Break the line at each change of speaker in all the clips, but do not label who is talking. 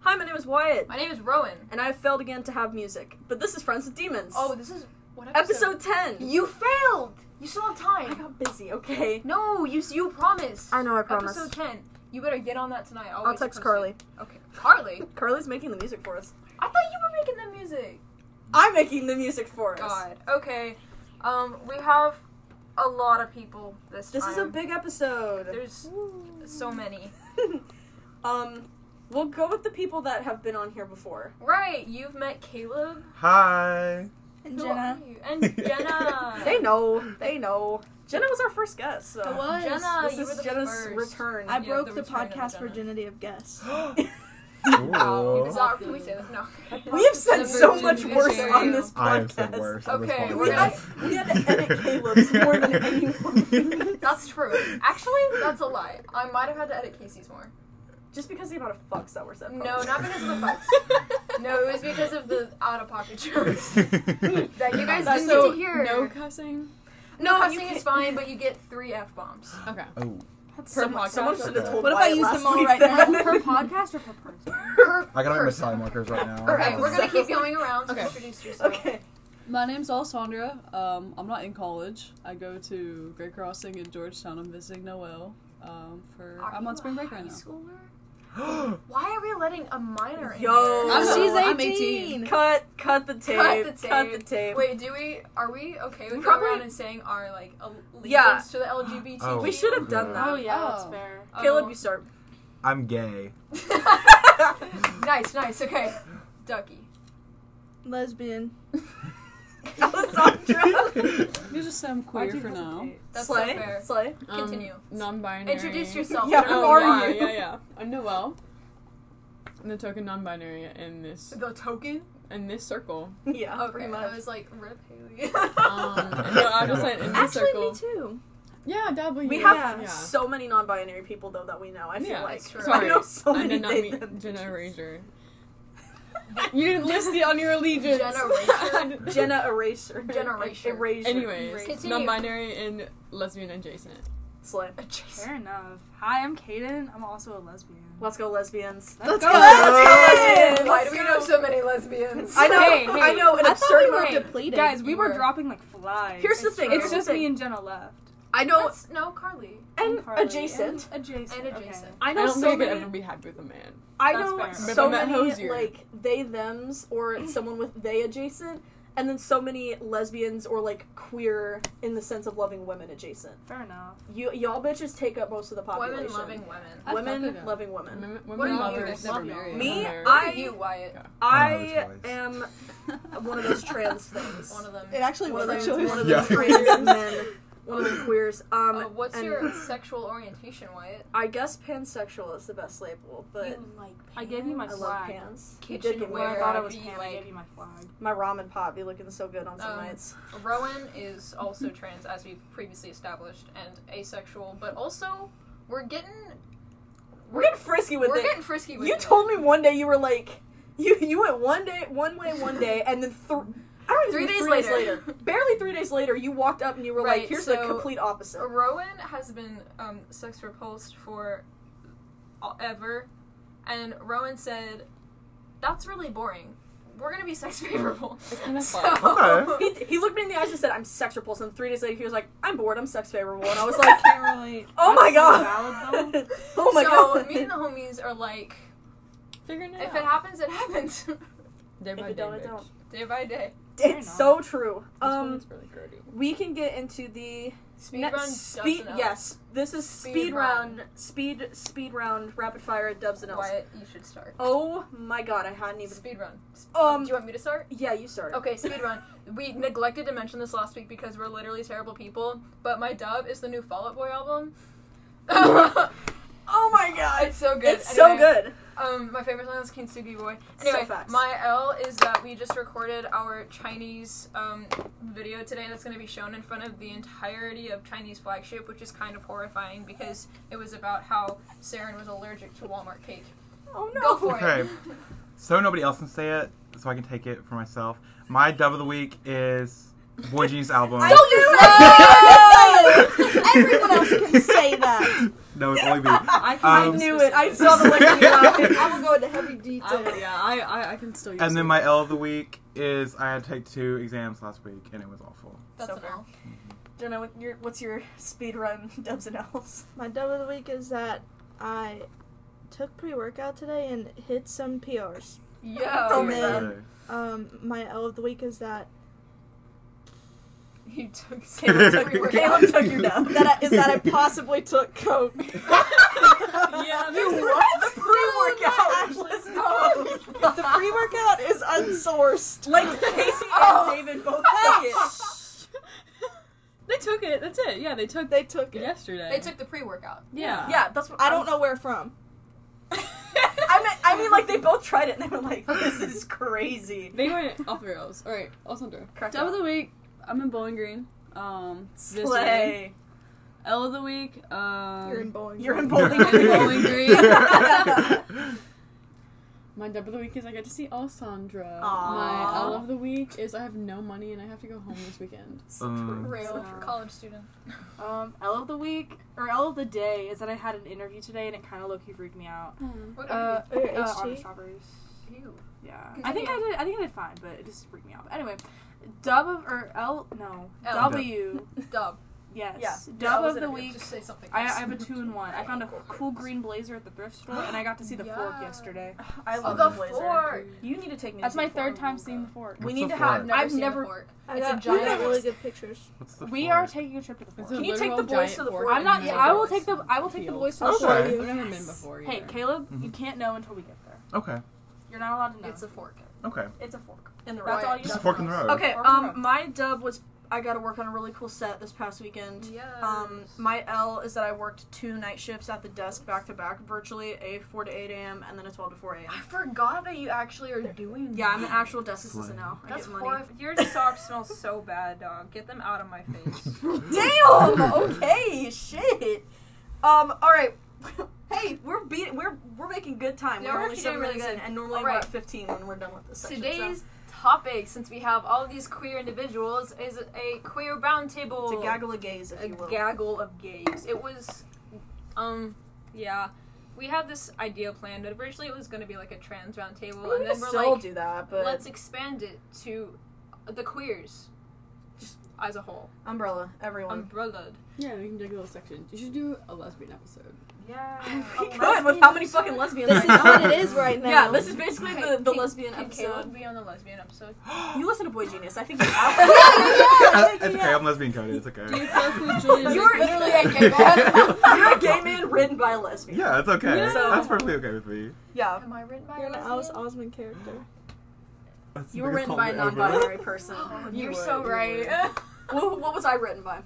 Hi, my name is Wyatt,
My name is Rowan.
and I have failed again to have music. But this is Friends with Demons.
Oh, this is what episode?
episode 10!
You failed. You still have
I
time.
got busy, okay?
No, you you promised.
I know, I promise.
Episode ten. You better get on that tonight. I'll,
I'll
wait
text
to post
Carly.
it. Okay, Carly.
Carly's making the music for us.
I thought you were making the music.
I'm making the music for us!
God. Okay. Um, we have a lot of people this
This
time.
is a big episode!
There's so many.
um, we'll go with the people that have been on here before.
Right. You've met Caleb.
Hi.
And
Who
Jenna.
are you? And Jenna.
They know, they know. Jenna was our first guest, so.
It was.
Jenna.
This
you were
is
the
Jenna's
first.
return.
I
the
broke the,
return of
podcast
Jenna.
virginity of guests.
Wow.
Ooh.
Is that, can we say that? No.
we have said
The
so
virgin
much worse
virgin.
on this podcast.
I am the worst. on this
Okay,
podcast.
we're gonna-
we had to edit Caleb's more than anyone.
That's true. Actually, that's a lie. I might have had to edit Casey's more.
Just because the amount of fucks that were said.
No,
probably.
not because of the fucks. No, it was because of the out of pocket jokes that you guys
That's
didn't
so-
get to hear.
No cussing.
no
you
cussing
can't-
is fine, but you get three f bombs.
Okay.
oh,
Someone,
podcast.
someone should have told
What if I
Wyatt
use
last
them all
week
right
then.
now?
Per podcast or per person?
I got my tally markers right now.
Okay, we're gonna keep
episode.
going around.
Okay.
Introduce yourself.
Okay.
My name's Alessandra. Um, I'm not in college. I go to Great Crossing in Georgetown. I'm visiting Noel. Um, for
Are
I'm
you
on spring
a
break
high
right now.
schooler?
gonna.
Why are we letting a minor in?
Yo.
here?
I'm
she's
She's 18.
I'm 18.
Cut, cut the tape.
Cut the
Cut the
tape.
tape.
Wait, do we? Are we okay with
Probably-
going around and saying our like allegiance
Yeah.
to the LGBT?
Oh.
We should have done that.
Oh yeah,
Oh.
that's fair.
Caleb, you start.
I'm gay.
nice, nice. Okay, Ducky.
Lesbian.
Alessandra.
You just say I'm queer for now.
That's
Slay.
not fair.
Slay.
Um,
Continue.
non-binary.
Introduce yourself.
Yeah, who
Who
Oh,
are
yeah,
you?
Yeah, yeah. I'm Noelle. I'm the token non-binary in this
The token.
in this circle.
Yeah,
Okay,
Oh, pretty
I
much.
was like, Rip Haley.
Um, no, I just said in this
Actually,
circle.
me too.
Yeah, W. E.
We have
yeah.
so many non-binary people though that we know. I feel
Yeah,
like
that's true.
I know
Sorry,
so
I
many
did not
they-
meet Jenna Erasure. you didn't list it on your allegiance.
Jenna Erasure?
Jenna Eraser.
Generation.
Erasure.
Anyways,
Continue.
non-binary and lesbian adjacent.
Slay.
Adjacent.
Fair enough. Hi, I'm Kaden. I'm also a lesbian.
Let's go lesbians.
Let's
go.
Let's go,
Why do we know so many lesbians?
I know.
Hey, hey.
I know an
I thought
absurd
we
amount.
were
of-
depleted.
Guys, we
You
were
were.
dropping like flies.
Here's the thing.
true.
it's
Here's
just
the
me
thing.
and Jenna left.
I know
That's- no, Carly.
and
Carly.
adjacent.
And adjacent.
And
okay.
adjacent.
I
I
know
don't
so
think I
many.
could ever be happy with a man.
I
That's
know
fair.
so
But Matt
many
Hosier.
like they them's or someone with they adjacent, and then so many lesbians or like queer in the sense of loving women adjacent.
Fair enough.
You y'all bitches take up most of the population.
Women loving women.
I fuck
women
with
loving women.
Women, women
What are you?
lovers.
Never
love
married.
Me,
Never
What
I-
are you, Wyatt?
I
Another choice.
am one of those trans things.
One of them.
It actually
One of
was a
those,
choice.
one of
Yeah.
those trans men. One of the queers. Um,
Uh, what's
and
your sexual orientation, Wyatt?
I guess pansexual is the best label, but
I gave you my
I love
flag.
pans. You did get
Kitchenware.
Well,
my
I thought it
flag.
was
Be
Pam. I
like-
gave you my flag.
My ramen pot be looking so good on some
Um,
nights.
Rowan is also trans, as we've previously established, and asexual, but also we're getting
We're getting frisky with
we're
it.
getting frisky with
you
it.
told me one day you were like, you you went one day one way one day, and then thr I don't even
Three
think it was
days
three
later.
days later, barely three days later, you walked up and you were like,
Right,
here's the
so-
complete opposite.
Rowan has been um, sex repulsed for all- ever, and Rowan said, "That's really boring. We're gonna be sex favorable."
kinda
So-
fun.
He, he looked me in the eyes and said, I'm sex repulsed. And three days later, he was like, I'm bored, I'm sex favorable. And I was like,
Can't really.
oh
that's
my
so
god.
valid, though.
oh my
so
god.
me and the homies are like,
Figuring it
if it
out.
happens, it happens,
Day
it
by day,
don't, it
bitch.
don't.
day by day.
it's so true.
This
Um,
one's really grody.
we can get into the
Speedrun
next speed. Yes, this is
Speed
speed, round. Speed speed round. Rapid fire. Dubs and L's.
Wyatt, you should start.
Oh my god, I hadn't even.
Speed run.
Um,
Do you want me to start?
yeah, you start.
Okay, speedrun. we neglected to mention this last week because we're literally terrible people, but my dub is the new Fall Out Boy album.
Oh my god,
it's so good.
it's so
Anyway,
good.
Um, my favorite song is Kintsugi Boy. Anyway,
facts.
my L is that we just recorded our Chinese um, video today that's going to be shown in front of the entirety of Chinese flagship, which is kind of horrifying because it was about how Saren was allergic to Walmart cake.
Oh no.
Go for it.
Okay. So nobody else can say it, so I can take it for myself. My dub of the week is Boy Genius album.
I don't do
I
Everyone else can say that.
No, it's only me.
I
Um,
be
knew it. I
specific.
saw the look in your eye. I will go into heavy
I,
detail.
yeah, I, I, I can still use
And
it.
then my L of the week is I had to take two exams last week and it was awful.
That's
So
an
fair.
L.
Jenna, what your, what's your speed run dubs and L's?
My dub of the week is that I took pre workout today and hit some PRs.
Yeah.
Oh,
we
man.
were-
Um,
Okay.
Um, my L of the week is that
You took
Caleb
took your-
Caleb took your dub.
that I, is that I possibly took coke.
Yeah,
You
there's-
what? The pre-workout was no.
The pre workout is unsourced.
Like oh. Casey and David both took it.
they took it. That's it. Yeah, they took
They took it.
yesterday.
They took the pre-workout.
yeah.
Yeah, that's what
I don't know where from.
I mean, I mean, like they both tried it and they were like, "This is crazy."
They went off the rails. All right, Alessandra.
Crack
Dub of
up.
the week, I'm in Bowling Green. Um, this week.
Slay.
L of the week, um,
You're in bowling.
You're in
Green.
bowling.
Bowling Green.
My dub of the week is I get to see Alessandra.
Aw.
My L of the week is I have no money and I have to go home this weekend.
Um,
Real
So-
college student.
Um, L of the week or L of the day is that I had an interview today and it kind of low key freaked me out.
What
Uh,
Or
uh,
HT?
honor shoppers.
are you? you?
Yeah, I
Continue.
think I did. I think I did fine, but it just freaked me out. But anyway, dub of or L no
L.
W
Dub.
yes
Yeah,
dub
That
of
was
the
it.
week.
Just say something.
I, I
else.
have a two in one. I found a cool green blazer at the thrift store and I got to see the fork
Yeah.
yesterday.
I
Oh,
love
the
the blazer.
fork.
You need to take me.
That's
to
my
the fork.
third time seeing the fork.
We
What's
need
the
to have.
fork?
no- I've
seen the
never-
fork.
I
It's a
got,
giant-
we got really good pictures.
What's the
We
fork?
are taking a trip to the
It's
fork.
a
Can you take
literal
the boys
giant
to the
fork
fork?
I'm not.
in the
I will
forest.
take the. I will take the
Field.
boys to the
Okay.
fork.
I've never been before.
Hey,
either.
Caleb,
Mhm.
you can't know until we get there.
Okay.
You're not allowed to know.
It's a fork.
Okay.
It's a fork.
in the
That's
road.
all you
Just a
know.
fork in the road.
Okay,
Or
um,
Brooke.
my dub was I got to work on a really cool set this past weekend.
Yeah.
Um, my L is that I worked two night shifts at the desk back to back, virtually a four to eight a.m. and then a twelve to four a.m.
I forgot that you actually are doing.
Yeah, I'm
that.
an actual desk assistant
Slay.
now. I
That's
get money.
horrif- Your socks smell so bad, dog. Get them out of my face.
Damn. Okay. Shit. Um. All right. hey, we're beat. We're we're making good time.
Yeah,
we're
we're
only
actually
seven
doing
minutes
really
in,
good.
and normally
All
we're
right.
at fifteen when we're done with this section.
Today's topic, since we have all these queer individuals, is a queer
so.
roundtable.
it's a gaggle of gays, if
a
you will.
gaggle of gays. It was, um, yeah. We had this idea planned. but Originally, it was going to be like a trans roundtable,
I mean,
and
we could
then we're
still
like,
do that, but
let's expand it to the queers, just as a whole,
umbrella, everyone.
umbrellaed.
Yeah, we can take a little section. You should do a lesbian episode.
Yeah.
we
Oh,
could with how many fucking lesbians.
This is what it is right now.
Yeah, this is basically the, the
Can-
lesbian
can
episode.
Caleb be on the lesbian episode.
You listen to Boy Genius. I think you're
it's okay. I'm lesbian coded. It's
You
okay.
fuck with Julian.
You're literally a gay man. You're a gay man written by a lesbian.
Yeah, it's okay.
Yeah.
That's perfectly okay with me.
Yeah.
Am I written by
You're
a
an
lesbian?
Alice Osmond character.
That's the
You were
biggest
written by a non
compliment ever.
binary person.
Oh,
You
you're
would,
so
you would.
right.
What, what was I written by?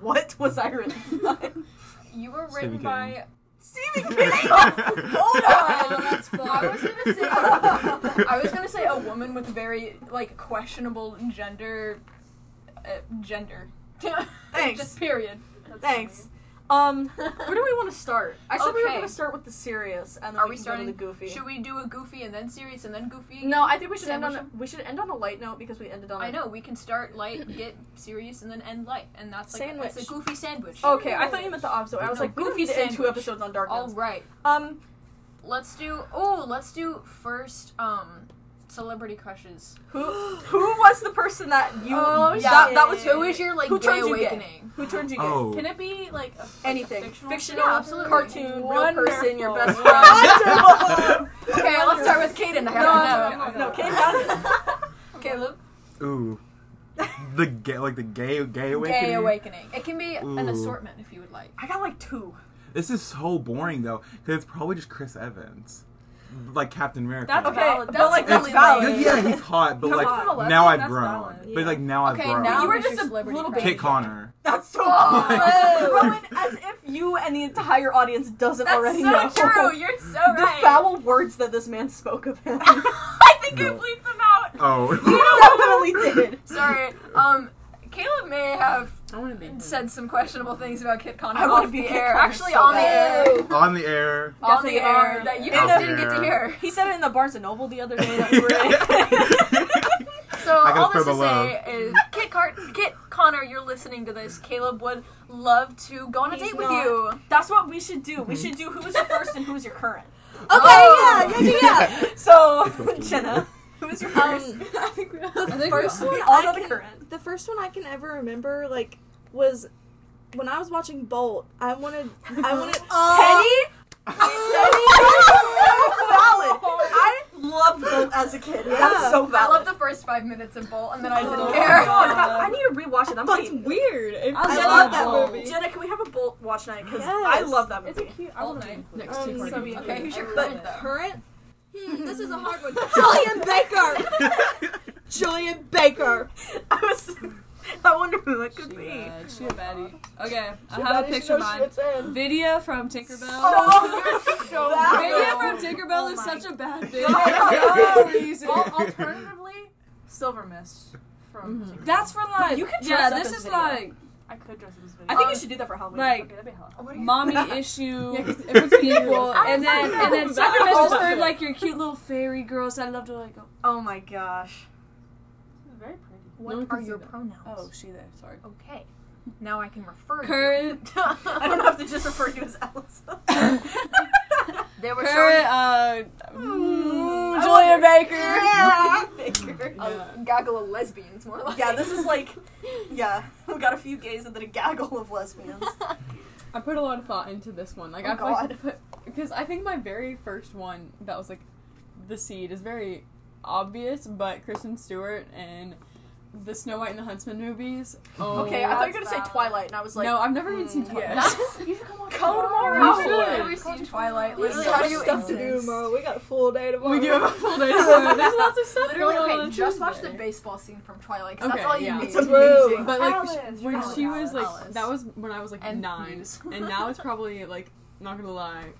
What was I written by?
you were
Stephen
written
King.
by.
Stephen King! Hold
on, Oh, that's full. I was gonna say- I was gonna say a woman with very like questionable gender, uh, gender.
Thanks.
Just period.
Thanks. Um, where do we want to start? I said we were
Okay.
going to start with the serious, and then
Are
we,
we
can go to
starting-
the goofy.
Should we do a goofy and then serious and then goofy?
No, I think we should end
Sandwich
on a, we should end on a light note because we ended on.
I know we can start light, get serious, and then end light, and that's like
Sandwich.
it's a goofy sandwich.
Okay, I thought you meant the opposite. I was
No,
like, we don't
goofy
need to end two
sandwich.
episodes on Dark
All
Knights.
right,
Um,
let's do. Oh, let's do first. Um, celebrity crushes.
who who was the person that you
oh,
that,
shit.
that was
who
who
is your like
Who
gay
turned you gay?
awakening?
who turned you gay?
Oh.
Can it be like a,
Anything.
Fictional?
Fictional,
Yeah, absolutely.
cartoon,
Wonderful.
real person, your best friend.
Wonderful.
Okay, let's start with Caden. I
No,
gotta
no,
know.
no, Kate Hudson.
Caleb.
Ooh. The gay, like the gay, gay awakening.
Gay awakening. It can be an
Ooh.
assortment if you would like.
I got like two.
This is so boring though, because it's probably just Chris Evans, like Captain America.
That's
Okay,
valid.
but
That's
like
It's-
that's
really
valid.
lame.
yeah, he's hot, but
Come
like
on.
now I've
That's
grown.
valid.
But like now I've
Okay,
grown.
now
You were
who's
just
your
a
celebrity
little
crush?
bit-
Kit Connor.
That's so
Oh.
Rowan, as if you and the entire audience doesn't
That's
already
so
know
true. You're so
the
right.
foul words that this man spoke of him.
I think I
No.
bleeped them out.
Oh.
Definitely did.
Sorry. Um, Caleb may have
I want to make sense.
said some questionable things about Kit Connor
I wanna
off
be
the
Kit
air.
Connor
Actually,
so
on
bad.
the air.
On the air.
On the
Definitely
air
are.
that you
Out
guys
there.
didn't get to hear.
He said it in the Barnes and Noble the other day that we were in.
So
I gotta
all this
spread
to
my
say is Kit Cart Kit Connor, you're listening to this. Caleb would love to go on a
He's
date with
not.
you.
That's what we should do. We should do who is your first and who is your current.
Okay,
Oh.
yeah, yeah, yeah.
So,
That's what I'm
Jenna, who is your first?
Um,
I think we
the
think we
first
all-
one
we all
I
know the
can-
current.
The first one I can ever remember, like, was when I was watching Bolt. I wanted, I wanted
Penny?
Valid. I loved Bolt as a kid. That's
Yeah.
so
I love
valid.
the first five minutes of Bolt, and then I didn't
Oh.
care.
God, that- I need to rewatch it. That's
That's
like,
weird. If
I
Jenna,
love that
Bolt.
movie.
Jenna, can we have a Bolt watch night? Because
Yes.
I love that
It's a
movie.
cute.
All
I
night.
next
Um,
two
so
party.
be it.
Okay, who's your
But
current? though?
current? Hmm, this is a hard one. Jillian Baker. Jillian Baker.
I was. I wonder who that
uh,
could
She
be.
bad. She a baddie. Okay, I have a picture of mine. Video from Tinkerbell.
Oh, you're so
That
Video
bad.
was-
from Tinkerbell
Oh
is
my
such a bad
God. Al-
video.
alternatively, Silver Mist from.
Mhm.
Tinker Bell.
That's from like
You could dress
yeah.
up
This
as
is
video.
like
I could dress up as video.
I think
Uh,
we should do that for Halloween.
like
okay, that'd be hella.
mommy issue
Yeah, 'cause
if it's people,
I
and then
remember
and then
that.
Sucker Miss is for
Oh.
like your cute little fairy girls. I love to like go.
oh my gosh.
Very pretty.
No one
What
can
are
see
your
that.
pronouns?
Oh, she there. Sorry.
Okay. Now I can refer
Current,
you.
I don't have to just refer to you as Elsa.
They were
current,
showing
uh,
Oh,
mm, Julia Baker.
Baker.
a
uh,
gaggle of lesbians, more like.
Yeah, this is like, yeah, we got a few gays and then a gaggle of lesbians.
I put a lot of thought into this one. Like
Oh,
I've like
God.
put because I think my very first one that was like the seed is very obvious, but Kristen Stewart and the Snow White and the Huntsman movies. Oh,
Okay, I thought you were gonna
that's
say
valid.
Twilight, and I was like,
no, I've never even seen
Mm,
Twilight.
yes.
You should come on.
Code
Oh,
I've
Orange.
shit.
never seen Twilight.
We
Literally,
still
how
have
do you
stuff to
exist?
We got a full day tomorrow.
We do have a full day tomorrow. There's lots of stuff
Literally,
going
okay,
on on.
just watch the
Tuesday.
baseball scene from Twilight, 'cause
Okay,
that's all you
yeah.
need.
It's amazing.
But like
Alice,
sh- when
Alice,
she was like,
Alice.
that was when I was like
And
nine,
Muse.
and now it's probably like not gonna lie,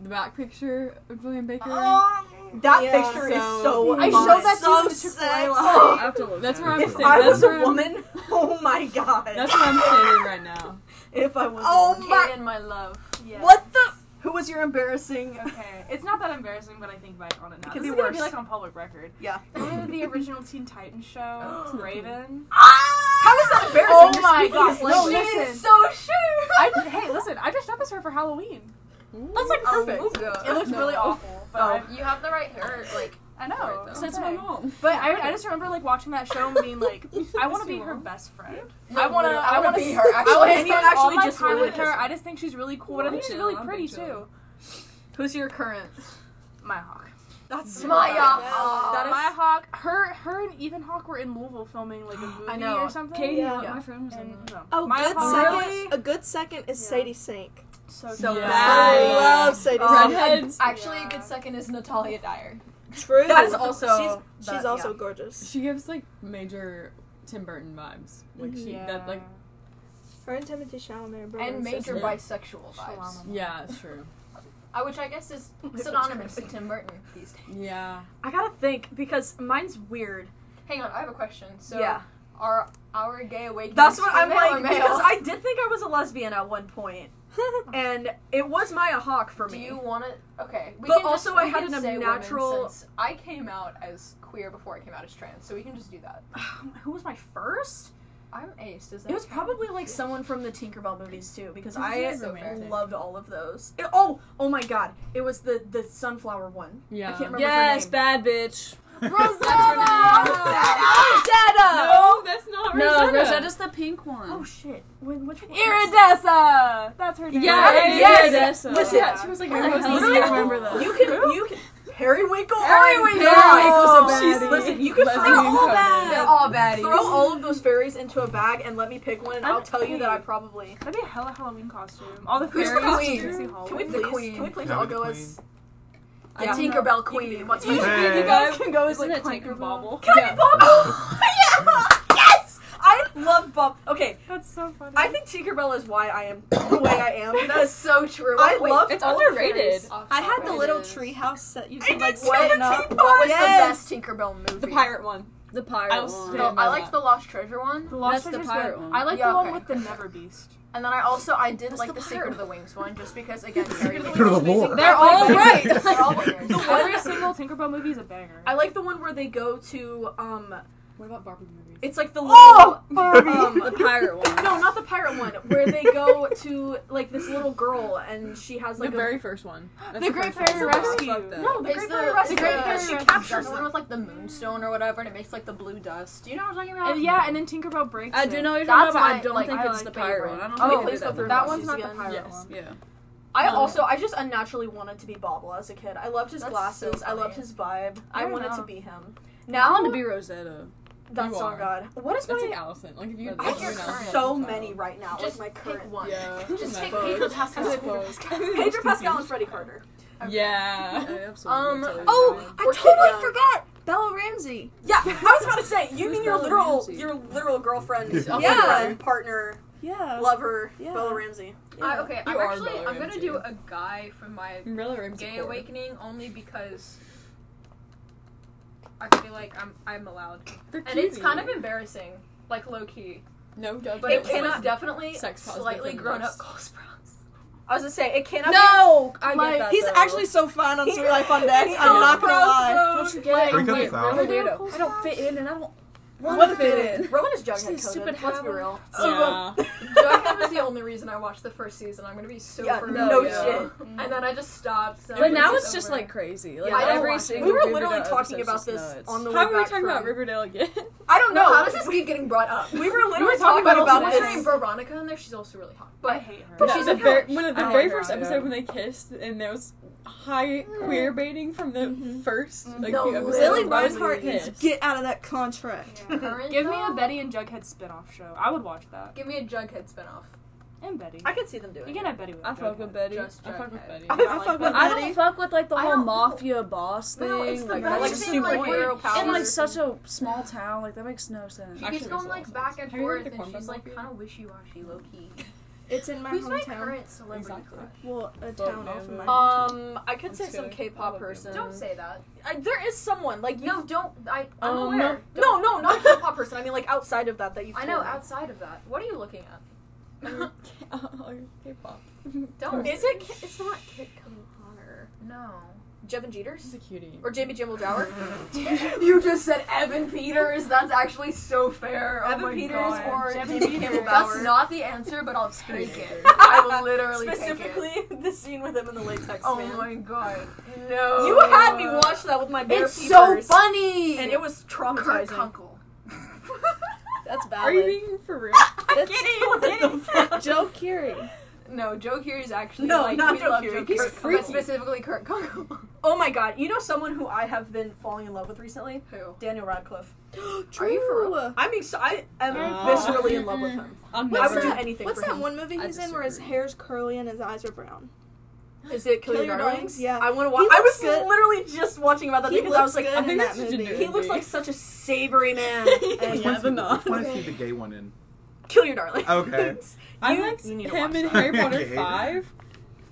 the back picture of William Baker.
that
Yeah,
picture
so-
is so. mine.
I showed that to
so
you in Twilight.
sexy.
I have to look
That's
at
where
it.
I'm
If
standing.
I
That's
was a
where I'm-
woman, oh my god.
That's where I'm standing right now.
if I was.
Oh
a woman.
my-
Kaden, my love.
Yeah.
What the? Who was your embarrassing?
Okay, it's not that embarrassing, but I think back on it now.
It could be
this is gonna be
worse.
like on public record.
Yeah.
Remember the original Teen Titans show, Raven?
How is that embarrassing?
Oh
You're
my
speaking
gosh,
this
like-
language.
No,
she
listen.
is so sure.
I hey, listen, I dressed up as her for Halloween.
That's like perfect.
It looked really awful, but
Oh.
You have the right hair, like
I, I know.
Right, though.
That's my
Okay.
mom.
But I, I just remember like watching that show and being like, I want to be her best friend.
I wanna, I wanna be her.
I want to
And
spend
you
all
actually
my
just
time
really
with her. I just think she's really cool, and I think she's really
Chill, I'm
pretty
chill.
too.
Who's your current?
My hawk.
That's
Maya.
That is-
My hawk. Her, her, and Ethan Hawk were in Louisville filming like a movie
I know.
or something.
Katie,
Yeah.
my friend was in
And,
that.
no.
Oh,
Maya
good
Hawke-
second.
Really?
A good second is
Yeah.
Sadie Sink.
So,
So
good.
bad.
I love Sadie
Um,
Sink.
Redheads.
Actually,
Yeah.
a good second is Natalia Dyer.
True.
That is also.
She's,
that-
she's also
yeah.
gorgeous.
She gives like major Tim Burton vibes. Like she that like
Her and Timothy Chalamet. are brothers
And major
Yeah.
bisexual vibes.
Shalama.
yeah, it's true.
I, which I guess is synonymous with Tim Burton these days.
Yeah.
I gotta think because mine's weird.
Hang on, I have a question. So,
yeah,
are our gay awakenings
that's what I'm
female or
like
male?
because I did think I was a lesbian at one point, and it was Maya Hawk for
Do
me.
you want to? Okay. We
But
can
also
just,
I
we
had
can
an
say women
unnatural-
since I came out as queer before I came out as trans, so we can just do that.
Who was my first?
I'm ace. Does that
It was
count?
probably like someone from the Tinkerbell movies too, because
Disney
I
is romantic.
loved all of those. It- oh, oh my God! It was the the sunflower one.
Yeah.
I can't remember
Yes,
her name.
bad bitch.
Rosetta!
Rosetta.
No, Oh, that's not
No,
Rosetta.
Rosetta's the pink one.
Oh shit! When, which one?
Iridessa. That's her name.
Yeah, yes,
Yes! Was
Listen,
it-
yeah, she was like, I
the hell
don't
is
even
that?
remember that.
You can you can Periwinkle.
Periwinkle!
Periwinkle's
She's-
a baddie. Listen, you can
Lesbian
throw all
couple.
that.
They're all baddies.
Throw Oh, all of those fairies into a bag and let me pick one, and
I'm
I'll tell you that I
queen.
probably.
That'd be a hella Halloween costume. All the
Who's the
fairies from
queen?
Dixie
Can we
Halloween.
The
please?
queen.
Can we please
Can I
all
be the
go
queen?
as
A
Yeah.
Tinkerbell queen. What's
You,
your
Hey.
you guys can go as
Isn't
like
it Tinker
Tinker
Bobble?
Bobble. Can I
Yeah.
be Bobble? yeah! Yes! I love Bob. Okay,
That's so funny.
I think Tinkerbell is why I am the way I am.
That's
Because
so true.
I
Wait,
love
it's
all the
underrated.
fairies.
I had the little
Outrageous.
treehouse set you
I
could like
did
lighten
so
up.
too.
What was
Yes.
the best Tinkerbell movie?
The pirate one.
The pirate
I'll
one.
stay
No,
Yeah,
I
no,
liked
that.
the Lost Treasure one,
the Lost
That's the
Treasures
pirate
one.
one.
I like
Yeah,
the one
okay.
with the Never Beast.
and then I also I did
That's
like
the
the, Secret
pirate
of the Wings one, just because again,
Secret
Harry
of
Potter.
the
Secret of the Lord.
They're all right.
They're all winners.
Every single Tinkerbell movie is a banger.
I like the one where they go to um
What about Barbie movies?
It's like the
Oh,
little,
Barbie.
um,
the pirate one.
no, not the pirate one, where they go to like this little girl and she has like a
the very first one. That's
The
the
Great
first one.
Fairy
It's a box
Rescue.
like that.
no, the
It's
great
the-
fairy
the
rescue.
Great
because
Fairy
she
Rescue.
captures
That's the
them.
one with like the moonstone or whatever, and it makes like the blue dust. Do you know what I'm talking about?
And yeah, and then Tinkerbell breaks.
I do
it.
know you're
That's
talking about. I
my-
don't
like,
think
my
it's the pirate one.
favorite.
I don't
Oh,
think they did
please go
that.
through
that
that
one.
one.
one's not the
Again.
pirate
Yes.
one.
Yeah.
I also, I just unnaturally wanted to be Bobble as a kid. I loved his
That's
glasses.
so
I
funny.
loved his vibe. I
Fair
wanted to
enough.
be him.
I
Now
want to be Rosetta.
that's
You
on
are.
God. What is
That's like
my?
Allison. Like if you,
I
That's
if
your
you're
current.
an
have
Allison
so
child.
many right now.
just
like my
pick
current.
one.
Yeah.
Just
my
take
phone.
Pedro Pascal.
That's my phone.
Pedro Pascal and Freddie Carter.
Yeah.
I absolutely
Um,
tell you
oh,
that.
Or
I
Kate
totally
Brown.
forgot Bella Ramsey.
Yeah, I was about to say. You
Who's
mean your
Bella
literal,
Ramsey?
your literal girlfriend,
Yeah.
yeah, partner,
yeah.
lover,
Yeah.
Bella Ramsey.
I, okay, I'm
You are
actually
Bella
I'm gonna
Ramsey.
do a guy from my
Umbrella Room's
gay
core.
awakening only because I feel like I'm I'm allowed,
They're
and it's
cutie.
kind of embarrassing, like low key.
no doubt.
But
It
it, cannot
cannot-
definitely
Sex positive
slightly
and
grown up
less.
Cole Sprouse.
I was gonna say it cannot.
No, I
Like,
get that.
he's
though.
so fine on Sweet Life on Deck.
I'm not
gonna lie.
Don't you get it?
Bring
wait,
us out.
I'm a weirdo. I don't fit in, and I don't want
Roman
to fit in.
Roman is
Just
Jughead.
these stupid
Stupid. Let's be
habits.
real.
yeah.
Jughead was the only reason I watched the first season. I'm gonna be so
Yeah,
for
no
real.
shit.
And then I just stopped. So
But now
was
it's just
over.
like crazy. Like
Yeah, I don't
every
watch it.
single
We were
Riverdale
literally talking
episode's
about
just
this
nuts.
on the way
How are we
back
talking
from-
about Riverdale again?
I don't know.
No, how does this keep getting brought up?
we were literally
were
talking
talking
about,
about
What's her name?
this.
Veronica in there. She's also really hot.
I
But
hate her.
But
No,
she's
the
a
very,
girl.
one of
Oh
the
my
very
God,
first
yeah. Mm-hmm.
episode when they kissed, and there was high queer baiting from the first like
No,
few episodes.
Lily
Everybody
Reinhart
was
is
pissed.
Get out of that contract.
Current
Give me a
though?
Betty and Jughead spin-off show. I would watch that.
Give me a Jughead spinoff.
And Betty.
I could see them
You
doing.
can have Betty with
I fuck with
Jughead.
Betty.
Just
I
Jughead.
fuck with Betty.
I,
I
like
fuck
that.
with
I
Betty.
don't fuck with like the
I
whole
don't-
mafia boss thing.
No, it's the
like that's
best
like,
thing,
just
super
like,
weird.
hero powers.
in like such a small town. Like that makes no sense.
She
Actually,
keeps
makes
going
a lot of
like
sense.
back and
Have you
forth,
heard of the
and
Corn
she's
Dog
like
Mafia?
kind of wishy-washy, low key.
It's in my
Who's my
hometown.
current celebrity
Exactly.
crush?
well, a
Vote
town off of
no.
my
Um, I could
I'm
say
just
some
gonna-
K-pop person.
Don't say that.
I, there is someone like you.
No, don't. I, I'm
Um,
aware.
No, no, not a K-pop person. I mean, like outside of that, that you.
I know. Outside of that, what are you looking at?
K-pop.
don't.
Is it? Ki- It's not Kit Connor.
No.
Jevin
She's
Jeters
a cutie.
or Jamie Jimble Dower.
you just said Evan Peters. That's actually so fair. Oh
Evan
my
Peters
God.
or
Jevin
Jamie Campbell
Peters.
Bower.
That's not the answer, but I'll take it. I will literally take it.
Specifically, the scene with him in the latex
Oh
man.
my god. No.
You had me watch that with my bare
It's so
peepers,
funny.
and it was
Kurt
traumatizing.
Kunkel.
That's
Are you
valid.
being for real?
I'm kidding. What the fuck?
Joe Curie.
No, Joe Curie's actually
No,
like
not
we
Joe
love
Curie.
Joe
He's
Curie,
freaky.
but specifically Kurt Kunkel.
Oh my god! You know someone who I have been falling in love with recently?
Who?
Daniel Radcliffe.
Are you for real?
I mean, so I am
Oh.
viscerally in love with him.
I'm
I
never.
would do anything
What's
for
that
him.
one movie
I
he's in where his
disagree.
hair's curly and his eyes are brown?
Is it Kill,
Kill
Your
Your
Darlings?
Darlings, yeah.
I want to watch.
He
I was
looks good.
literally just watching about that
He
because I was
looks
like,
good
I
in
think
that
that's just a
movie.
he looks like such a savory man.
Yeah,
And
Which one's
the
he-
knot.
Which one is he the gay one in?
Kill Your Darlings.
Okay.
I
You-
liked
you need to
him
watch
in
that.
Harry Potter
Okay.
Five.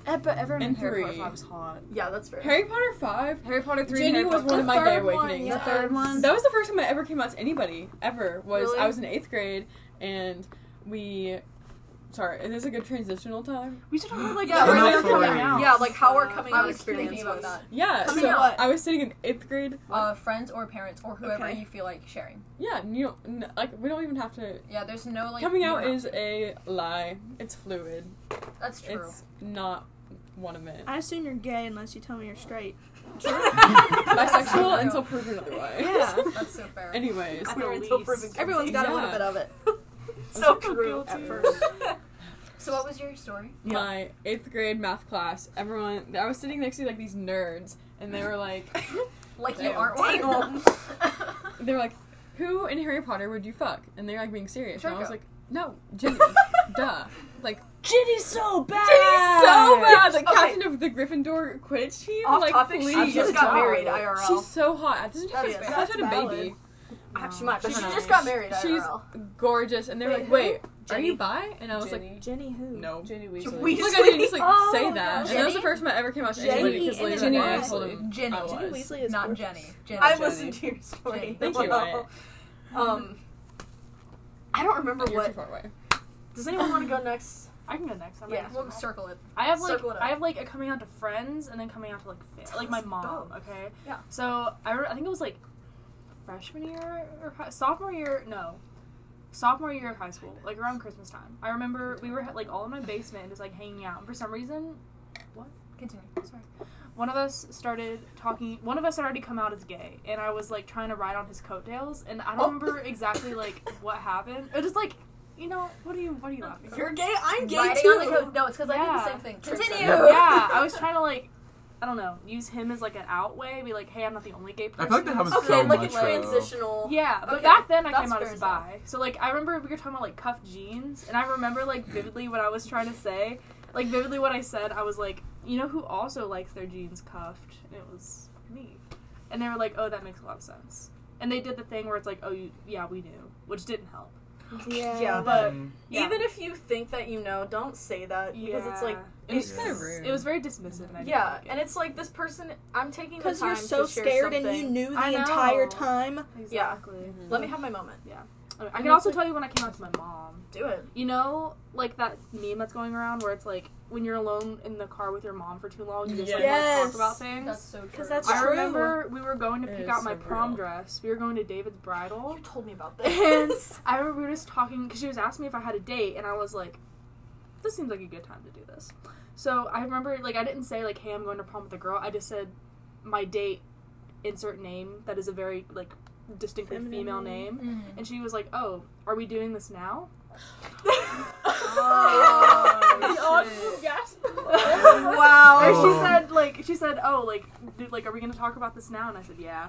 Eh, but everyone in
And
Harry Potter
three.
Five was hot.
Yeah, that's fair.
Harry Potter Five.
Harry Potter three. and
Ginny
Harry
was
Potter
one of my
five.
gay awakenings.
The third one.
Um, That was the first time I ever came out to anybody ever. Was
Really?
I was in eighth grade and we. Sorry, is this a good transitional time?
We should have like
Yeah,
a-
we're
like,
not
coming
sorry.
out.
Yeah, like how our coming
I
out
was
experience
thinking about
was.
that.
Yeah,
Coming
so
out.
I was sitting in eighth grade.
Uh, friends or parents or whoever
Okay.
you feel like sharing.
Yeah, and you don't, n- like we don't even have to.
Yeah, there's no like
Coming out
no-
is a lie. It's fluid.
that's true.
It's not one of it.
I assume you're gay unless you tell me you're straight.
Bisexual until proven otherwise.
Yeah.
That's so fair.
Anyways,
Queer
the
until
least.
proven guilty.
Everyone's got a little
Yeah.
bit of it.
so
I'm so
true at
guilty.
first.
So what was your story?
my eighth grade math class, everyone, I was sitting next to like these nerds, and they were like,
Like you
Damn.
aren't one.
they were like, who in Harry Potter would you fuck? And they were like being serious, and I was
Draco.
like, no, Ginny, duh. Like,
Ginny's so bad.
Ginny's so bad. Like
Okay.
captain of the Gryffindor quiz team.
Off
like,
topic,
please.
she just got married IRL.
She's so hot. Doesn't she
That
have
is-
such
that's
a baby?
valid.
Ah, she might, but she
She's-
just got married
she's-
IRL.
Gorgeous. And they were
Wait,
like,
who?
wait, are
Ginny.
you bi? And I was like,
Ginny.
Jenny who?
no.
Ginny Weasley.
We-
Like I didn't just like
Oh,
say that. And that was the
Jenny?
first time I ever came out to
Jenny
anybody because
in
Lily
the
Jenny I
back.
told him
Jenny.
I
Jenny
was.
Weasley is
Not
gorgeous.
Jenny. Jenny.
I
Jenny.
listened to your story.
Thank you, Wyatt.
Um, I don't remember
You're too
what.
far away.
Does anyone want to go next?
I can go next. I'm
Yeah,
ready.
we'll circle it.
I have like
Circle it up.
I have like a coming out to friends and then coming out to like fa- like my
us
mom. Okay.
Yeah.
So I, re- I think it was like freshman year or hi- sophomore year. No, sophomore year of high school, like around Christmas time. I remember we were like all in my basement, just like hanging out. And for some reason, what? Continue. Sorry. One of us started talking. One of us had already come out as gay, and I was like trying to ride on his coattails, and I don't
Oh.
remember exactly like what happened. It was like, you know, what are you? What are you laughing? at?
You're gay. I'm gay
Riding on the
too.
coat. No, it's because I did
Yeah.
the same thing. Tricks
Continue.
on you.
yeah, I was trying to like, I don't know, use him as like an out way, be like, hey, I'm not the only gay person.
I feel like that
in
happens
this
Okay,
so
like a
much.
transitional.
yeah, but
Okay,
back then I
that's
came out
fair
as
as well.
bi. So like I remember we were talking about like cuff jeans, and I remember like vividly what I was trying to say, like vividly what I said. I was like, you know who also likes their jeans cuffed? And it was me. And they were like, oh, that makes a lot of sense. And they did the thing where it's like, oh, you, yeah, we knew, which didn't help.
Yeah.
Yeah.
But
Mm,
yeah.
Even if you think that you know, don't say that because it's like
it was
it's
kinda rude.
It was very dismissive. And I didn't
yeah,
like it.
and it's like this person. I'm taking the
Because
time
you're so
to share
scared
something.
and you knew the
I know.
entire time.
Exactly.
Let me have my moment.
I, mean, I can also tell you when I came out to my mom.
Do it.
You know, like that meme that's going around where it's like when you're alone in the car with your mom for too long, you just like
Yes.
want to talk about things.
That's so true.
'Cause that's
I
true.
remember we were going to
It
pick
is
out my
so
prom
real.
dress. We were going to David's bridal.
Oh, You told me about
And
this.
I remember we were just talking because she was asking me if I had a date, and I was like, "This seems like a good time to do this." So I remember, like, I didn't say like, "Hey, I'm going to prom with a girl." I just said, "My date, insert name that is a very like distinctly
Feminine
female
name.
name."
Mm-hmm.
And she was like, "Oh, are we doing this now?"
Oh, shit.
wow.
Or she
Oh.
said, like, she said, "Oh, like, dude, like, are we gonna talk about this now?" And I said, "Yeah."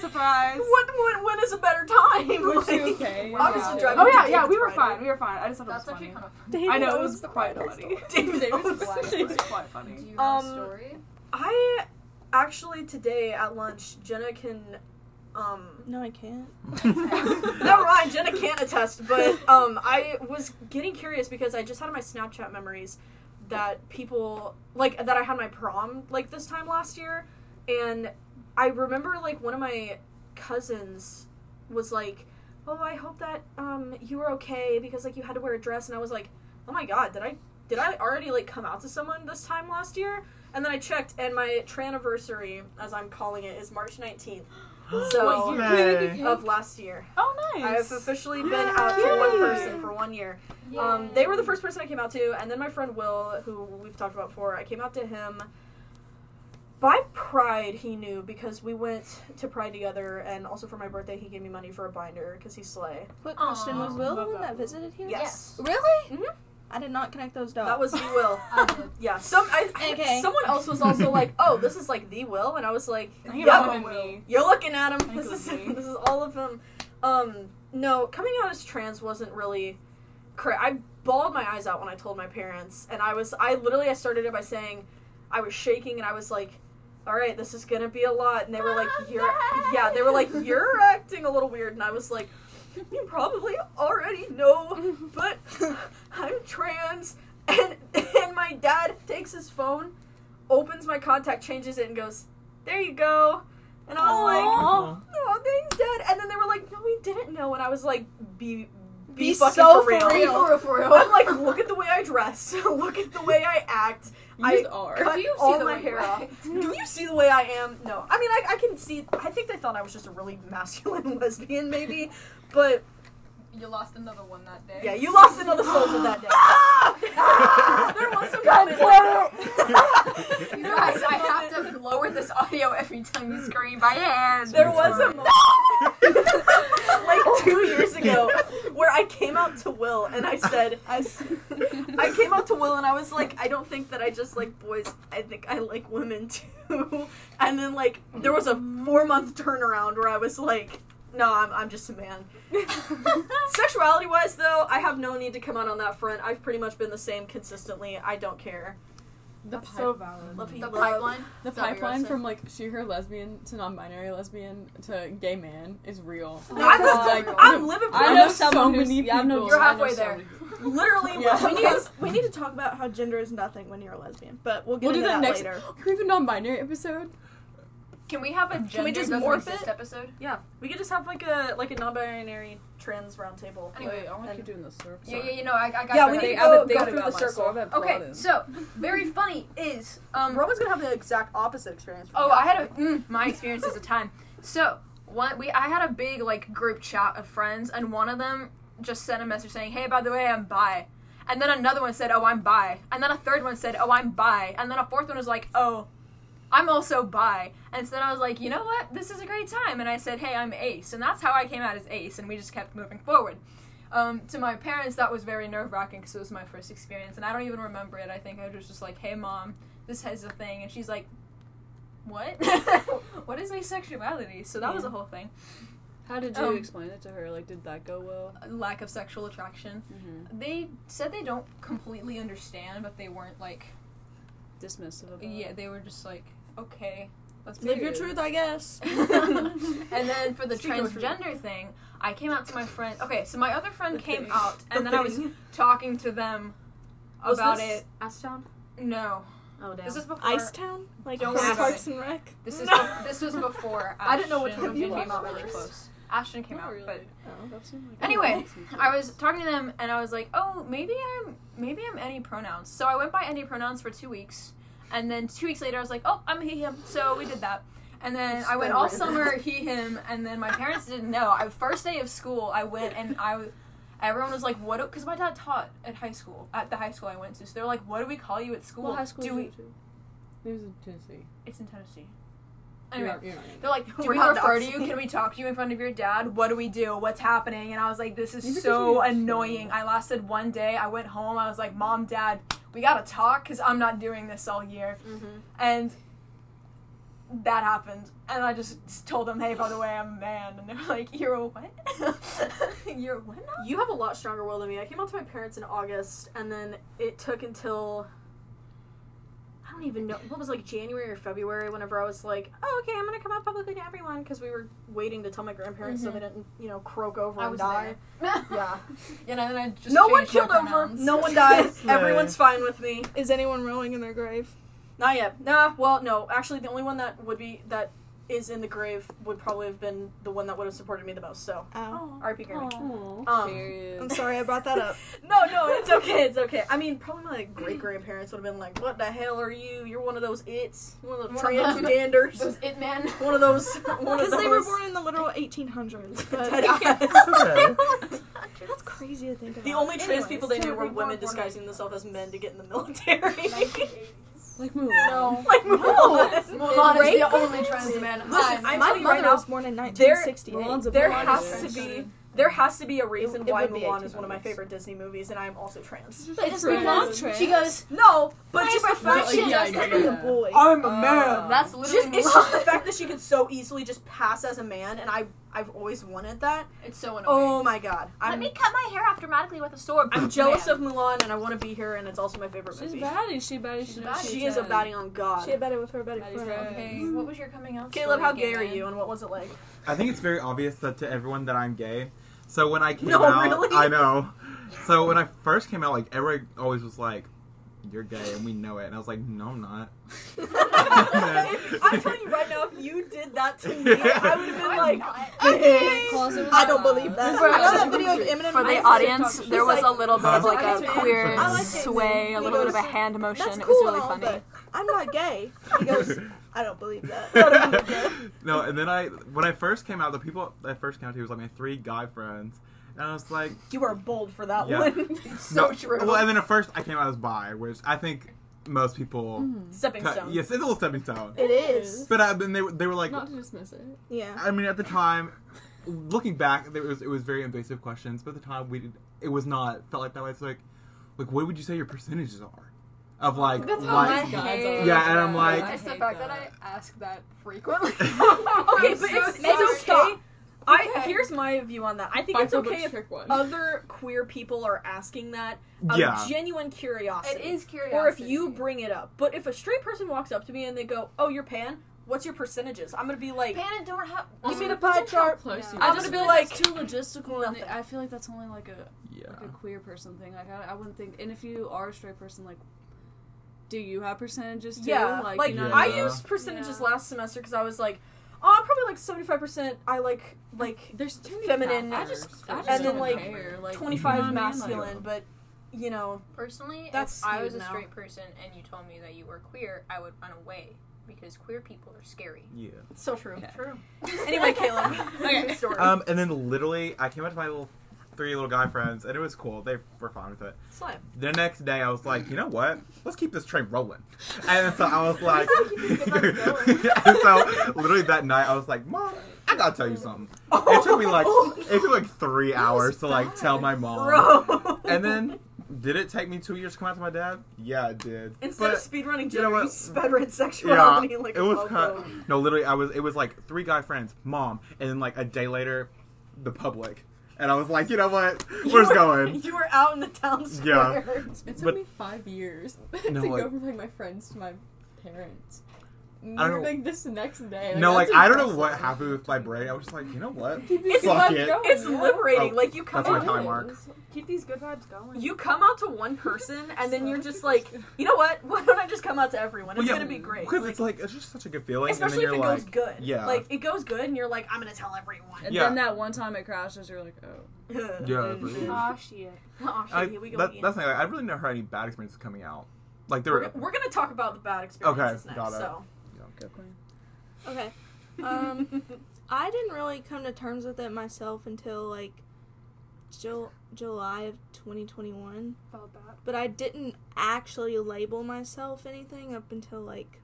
Surprise.
When, when, when is a better time?
Was she
Like,
okay?
obviously
Yeah.
driving-
Oh yeah,
David's
yeah, we were
bridal.
fine. We were fine. I just thought
That's
it was
actually
funny.
kind of funny.
David
I know it
owns
was
the
quite
bridal
funny.
store.
David Owens.
Why?
It's quite funny.
Do you
Um,
have a story?
I actually today at lunch, Jenna can, um,
No, I can't.
never mind. Jenna can't attest, but um, I was getting curious because I just had in my Snapchat memories that people like that I had my prom like this time last year, and I remember like one of my cousins was like, "Oh, I hope that um you were okay because like you had to wear a dress," and I was like, "Oh my god, did I did I already like come out to someone this time last year?" And then I checked, and my anniversary, as I'm calling it, is March 19th. So
Wait,
Yay.
of last year.
Oh, nice.
I have officially been out to one
Yay.
person for one year. Um, they were the first person I came out to, and then my friend Will, who we've talked about before, I came out to him. By Pride, he knew because we went to Pride together, and also for my birthday, he gave me money for a binder because he's sleigh.
Quick
Aw.
question: Was Will the
Love
one
that
that visited here?
Yes,
Really?
Mm-hmm.
Mhm.
I did not connect those dots.
that was the Will.
I did.
Um, Yeah, some I, I-
Okay.
someone else was also like, "Oh, this is like the Will," and I was like,
I think it
"Yup,
would've been me.
You're looking at him.
Thank
This
you,
is
Lee.
this is all of him. Um, no, coming out as trans wasn't really. Cra- I bawled my eyes out when I told my parents, and I was I literally I started it by saying I was shaking, and I was like, "All right, this is gonna be a lot." And they were like, "You're yeah," they were like, "You're acting a little weird," and I was like. You probably already know, but I'm trans, and and my dad takes his phone, opens my contact, changes it, and goes, "There you go." And I was like,
Aw.
oh, thanks, Dad. And then they were like, no, we didn't know. And I was like, be, be,
Be
fucking
so
for real.
for real.
For real, for real.
I'm like, look at the way I dress. look at the way I act.
You
I
just are.
cut
Do you see
all
the
my
way
hair
you
off.
act?
Do you see the way I am? No. I mean, I, I can see. I think they thought I was just a really masculine lesbian, maybe. But
You lost another one that day.
yeah, you lost another soul in that day. there was some moment.
You guys, I have to lower this audio every time you scream by hand.
There was a moment like two years ago where I came out to Will and I said, I, s- I came out to Will and I was like, I don't think that I just like boys. I think I like women too. And then like there was a four month turnaround where I was like, no, I'm I'm just a man. Sexuality wise though, I have no need to come out on that front. I've pretty much been the same consistently. I don't care.
The,
That's
pi-
so valid.
Love who you
The
love.
pipeline.
the
Is that what you're
pipeline
saying?
from like she her lesbian to non-binary lesbian to gay man is real.
I was
God.
like, I'm living proof.
I know someone who's-
yeah, I know-
You're
I know
halfway there.
someone who-
Literally,
Yeah.
we need-
we need to talk about how gender is nothing when you're a lesbian, but we'll get
We'll do
into
that
that,
next-
later.
Can we have a non-binary episode?
Can we have a gender
we just
doesn't
morph
exist
it?
episode?
Yeah, we could just have like a like a non-binary trans roundtable.
Anyway,
Wait, I want to keep doing this. Sorry.
Yeah, yeah, you know, I, I got
Yeah,
it.
we
Okay,
need to
I have
go-
a
go
thing
through
about
the circle.
myself. Okay, so very funny is um.
Roman's gonna have the exact opposite experience.
Oh, I had a mm, my experience is a time. So one we I had a big like group chat of friends, and one of them just sent a message saying, "Hey, by the way, I'm bi." And then another one said, "Oh, I'm bi." And then a third one said, "Oh, I'm bi." And then a fourth one was like, "Oh, I'm also bi." And so then I was like, "You know what? This is a great time." And I said, "Hey, I'm Ace," and that's how I came out as Ace, and we just kept moving forward. Um, to my parents, that was very nerve wracking because it was my first experience, and I don't even remember it. I think I was just like, "Hey, mom, this is a thing," and she's like, "What? what is asexuality?" So that was a whole thing.
How did you
Um,
explain it to her? Like, did that go well?
Lack of sexual attraction.
Mm-hmm.
They said they don't completely understand, but they weren't like,
Dismissive about it.
yeah, they were just like, "Okay,
That's
Live your
period.
truth, I guess.
and then for the
Speak your truth.
transgender thing, I came out to my friend. Okay, so my other friend
The
came
thing.
out, and
The
then I was
thing.
talking to them
Was
about
this
it.
Astown?
No,
Oh damn.
this is before.
Ice Town? Like
Don't
from
worry about
Parks and Rec?
This is
No.
bef- this was before. Ashton.
I didn't know which one of
you
came
watched
out
first.
really close. Ashton came
Not
out,
really.
but
Oh, I've seen, like,
Anyway,
a lot of
I was talking to them and I was like, oh, maybe I'm maybe I'm any pronouns. So I went by any pronouns for two weeks, and then two weeks later I was like, oh, I'm he him. So we did that. And then I went all summer he him, and then my parents didn't know. I first day of school I went and I was. Everyone was like, "What?" Because my dad taught at high school, at the high school I went to. So they're like, "What do we call you at school?"
What high school
do
did you
we?
go to?
It was in Tennessee.
It's in Tennessee.
You're
Anyway,
not, you're not in.
they're like, do
We're
we
not
refer to
dogs.
you? Can we talk to you in front of your dad? What do we do? What's happening? And I was like, this
Maybe
is
this
so
is-
annoying. I lasted one day. I went home. I was like, mom, dad, we gotta talk because I'm not doing this all year. And that happened. And I just told them, hey, by the way, I'm a man. And they're like, you're a what? you're a what now?
You have a lot stronger will than me. I came out to my parents in August, and then it took until I don't even know what was like January or February. Whenever I was like, "Oh, okay, I'm gonna come out publicly to everyone," because we were waiting to tell my grandparents so they didn't, you know, croak over
Mm-hmm. I
and
was
die. Yeah,
and then I just
no one
changed my
killed over.
pronouns.
No one died.
Slay.
Everyone's fine with me.
Is anyone rolling in their grave?
Not yet. Nah. Well, no. Actually, the only one that would be that is in the grave would probably have been the one that would have supported me the most. So,
Oh.
R.P. Grammy.
Aw.
Um,
Period.
I'm sorry I brought that up.
No, no, it's okay, it's okay. I mean, probably my great grandparents would have been like, "What the hell are you? You're one of those its, one of those
One of them.
transgenders,
Those it men.
one of those, one of
Because
those."
they were born in the literal 1800s. But
Okay.
that's crazy to think about.
the only trans
Anyways,
people they
so
knew
we
were
were
women
born
disguising themselves as men to get in the military.
Like, move on.
No.
like, move on.
Mulan is
Great
the only trans man.
Listen,
I'm
I'm
My
telling you right
mother
now,
was born in
there-
1968.
Milan's a
there
blonde
has
bitch.
to be there has to be a reason
It- it
why
would be
Mulan is one of my
1800s.
favorite Disney movies, and I am also trans.
It's
Right.
because She goes,
No, but
Why
just
is
the
the
fact
virgin-
she
Yeah,
Just
yeah,
being a
yeah.
boy.
I'm
Uh,
that's
Just-
literally
it's just the
Mulan."
fact that she could so easily just pass as a man, and I I've always wanted that.
It's so annoying.
Oh my god, I'm
cut my hair automatically with a sword.
I'm jealous of Mulan, and I want to be here, and it's also my favorite
She's
movie.
baddie. She baddie. She,
baddie.
She is a baddie on God.
She had better with her better
That is
friend.
right.
Okay, what was your coming out?
Caleb, how
story,
gay are
Galen?
you, and what was it like?
I think it's very obvious that to everyone that I'm gay. So when I came
No,
out,
really?
I know. So when I first came out, like everyone always was like, "You're gay," and we know it. And I was like, "No, I'm not."
If- I'm telling you right now, if you did that to me, I would have been
I'm
like,
not.
Closet was
I don't
not.
believe that.
For-
I
I
saw
love
that video of Eminem
For
on
the
TikTok.
audience,
She's
there was
like,
a little bit of
Huh?
like
I
a
like
queer
Taylor. I like
Taylor.
sway, a
He
little bit of a
goes,
hand motion.
That's
It
cool
was
and
really
all,
funny.
but I'm not gay. He goes, I don't believe that.
no, and then I when I first came out, the people that first came out to was like my three guy friends, and I was like,
You were bold for that
Yeah.
one.
So true.
Well, and then at first I came out as bi, which I think most people.
Stepping
Cut-
stone.
Yes, it's a little stepping stone.
it is.
But I, then they were- they were like,
Not to dismiss it.
Yeah.
I mean, at the time, looking back, there was it was very invasive questions. But at the time, we did, it was not felt like that way. It's like, like what would you say your percentages are of like
That's
Oh, I
like
my-
hate
Yeah, and I'm
that.
like-
It's
I
the
hate
fact that I
that.
ask that frequently.
okay,
I'm
but
so
it's,
sorry.
it's okay. I
Okay.
here's my view on that. I think
Find
it's
the
okay if
trick one.
other queer people are asking that out
yeah.
of genuine curiosity.
It is curious.
Or if you bring it up. But if a straight person walks up to me and they go, "Oh, you're pan. What's your percentages?" I'm gonna be like,
Panda don't have.
"Give me the
How
pie chart."
close you
I
are.
just
feel
feel
like it's
like-
too logistical, and
Nothing.
I feel like that's only like a
yeah.
like a queer person thing. Like I, I wouldn't think. And if you are a straight person, like, do you have percentages too?
Yeah, like,
you
know,
I
yeah.
used percentages
Yeah.
last semester because I was like, "Oh, I'm probably like 75 percent. I like like
There's too many
Feminine.
factors.
I
I just
and then,
don't
like,
care. like
25
you know what I mean? Like,
masculine," but you know,
Personally,
That's
if I was
skewed
a
now.
straight person and you told me that you were queer, I would run away because queer people are scary.
Yeah.
So true.
Yeah.
True. Anyway, Caleb.
Okay.
Story.
Um, and then literally, I came up to my little three little guy friends, and it was cool. They were fine with it.
Slime.
The next day, I was like, you know what? Let's keep this train rolling. And so I was like, and so literally that night, I was like, Mom, I gotta tell you something. It took me like
Oh,
it took like three hours to like tell my mom.
Bro.
And then, did it take me two years to come out to my dad? Yeah, it did.
Instead
But-
of speedrunning
you
gender,
know
you
what?
speedrun
yeah,
sexuality. like
it was
a
kind
loco.
no, literally, I was. It was like three guy friends, mom, and then like a day later, the public, and I was like, you know what,
You
where's
were-
going?
You were out in the town
Yeah.
square.
It took
But-
me five years
No,
to
like-
go from like my friends to my parents. We
don't
were
know-
like this the next day.
no, like
that's
I don't know
impressive.
what happened with my brain. I was just like, you know what?
It's
Fuck
like
it.
going,
It's
yeah.
liberating.
Oh,
like you come
that's my
out,
time mark.
Keep these good vibes going.
you come out to one person, and then you're just like, you know what? Why don't I just come out to everyone? It's
Well, yeah,
gonna be great.
Because it's like it's just such a good feeling,
especially if
and
it
then you're like,
goes good.
yeah.
Like it goes good, and you're like, I'm gonna tell everyone.
And
Yeah.
then that one time it crashes, you're like, oh.
yeah,
Mhm.
it's like-
Ah, shit.
Aw, shit,
I,
here we go
that,
again.
that's not. I really never had any bad experiences coming out. Like there
we're,
were.
we're gonna talk about the bad experiences next.
got it.
So
Go queen.
Okay. Um, I didn't really come to terms with it myself until like Jul- July of 2021,
Felt that.
but I didn't actually label myself anything up until like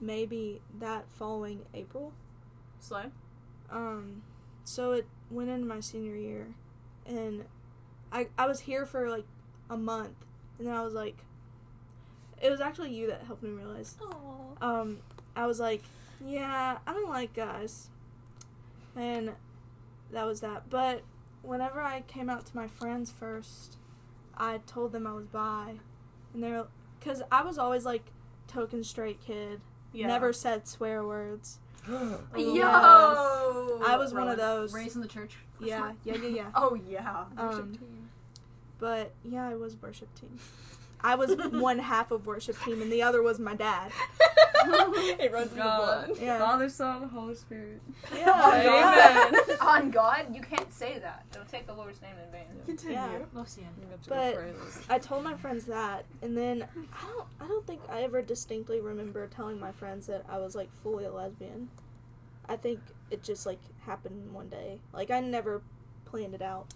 maybe that following April.
slow.
Um, so it went into my senior year, and I I was here for like a month, and then I was like, it was actually you that helped me realize um, I was like, yeah, I don't like guys. And that was that. But whenever I came out to my friends first, I told them I was bi. And they were, because I was always like, token straight kid,
Yeah.
never said swear words.
Yo.
I was one of those.
Raised in the church.
Yeah, yeah, yeah, yeah.
Oh yeah.
Um, but yeah, I was worship team. I was one half of worship team, and the other was my dad.
It runs in the
God.
blood.
Yeah.
Father, Son, Holy Spirit.
Oh
Yeah.
Amen. On God, you can't say that. Don't take the Lord's name in vain.
Continue.
Yeah.
Lucian.
You have to
But-
pray this.
I told my friends that, and then I don't. I don't think I ever distinctly remember telling my friends that I was like fully a lesbian. I think it just like happened one day. Like I never planned it out.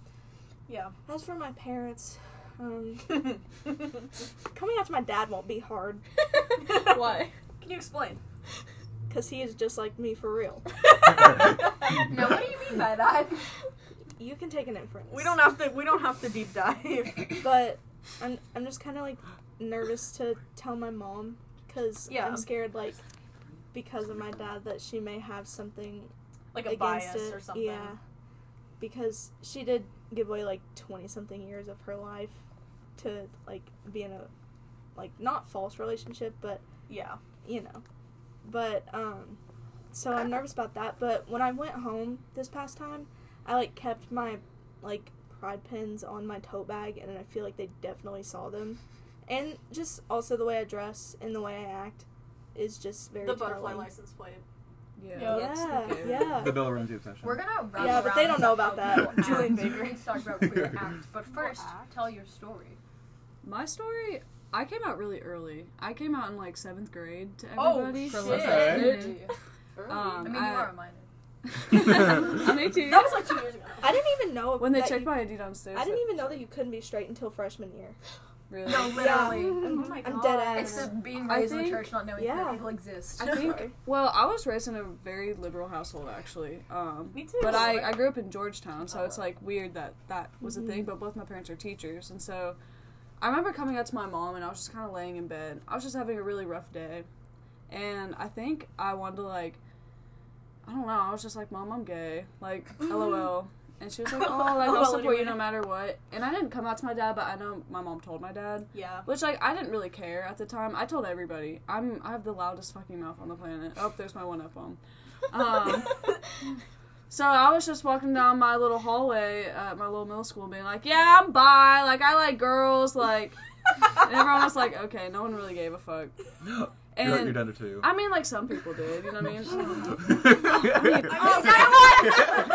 Yeah.
As for my parents, um, coming out to my dad won't be hard
Why?
Can you explain?
because he is just like me for real.
Now, what do you mean by that?
You can take an inference.
We don't have to. We don't have to deep dive.
But I'm. I'm just kind of like nervous to tell my mom because
Yeah.
I'm scared like because of my dad that she may have something
Like a
against
bias
it.
or something.
Yeah, because she did give away like twenty something years of her life to like be in a like not false relationship, but
Yeah.
you know, but um, so I'm nervous about that. But when I went home this past time, I like kept my like pride pins on my tote bag, and I feel like they definitely saw them, and just also the way I dress and the way I act is just very
The butterfly
telling.
license plate.
Yeah.
Yo.
Yeah,
that's the game.
yeah.
The Bella Ramsey obsession.
We're gonna wrap
Yeah, but they don't know about that.
Julian
Julian
Baker.
Baker. Let's talk about queer act. But first,
act?
tell your story.
My story, I came out really early. I came out in like seventh grade to
Oh,
everybody.
shit.
Okay.
Um,
I mean, you
I-
are a minor.
I'm 18.
That was like two years ago.
I didn't even know
when they
that
checked
you-
my ID downstairs.
I didn't even know that you couldn't be straight until freshman year.
Really?
literally.
Oh my god.
I'm dead ass.
It's just being
I
raised in the
think-
church, not knowing
yeah.
that people exist.
I think.
Sorry.
Well, I was raised in a very liberal household, actually. Um,
Me too.
But I, I grew up in Georgetown, so it's like weird that that was a
Mm-hmm.
thing. But both my parents are teachers, and so I remember coming out to my mom, and I was just kind of laying in bed. I was just having a really rough day, and I think I wanted to like, I don't know. I was just like, Mom, I'm gay. Like, lol. And she was like, Oh, like I'll
Well,
support you
anyway.
no matter what. And I didn't come out to my dad, but I know my mom told my dad.
Yeah.
Which like I didn't really care at the time. I told everybody. I'm I have the loudest fucking mouth on the planet. Oh, there's my one F bomb. Um, so I was just walking down my little hallway at my little middle school, being like, "Yeah, I'm bi. Like I like girls. Like," and everyone was like, "Okay, no one really gave a fuck."
you're, you're
And
down to two.
I mean, like some people did. You know what I mean?
Oh, I'm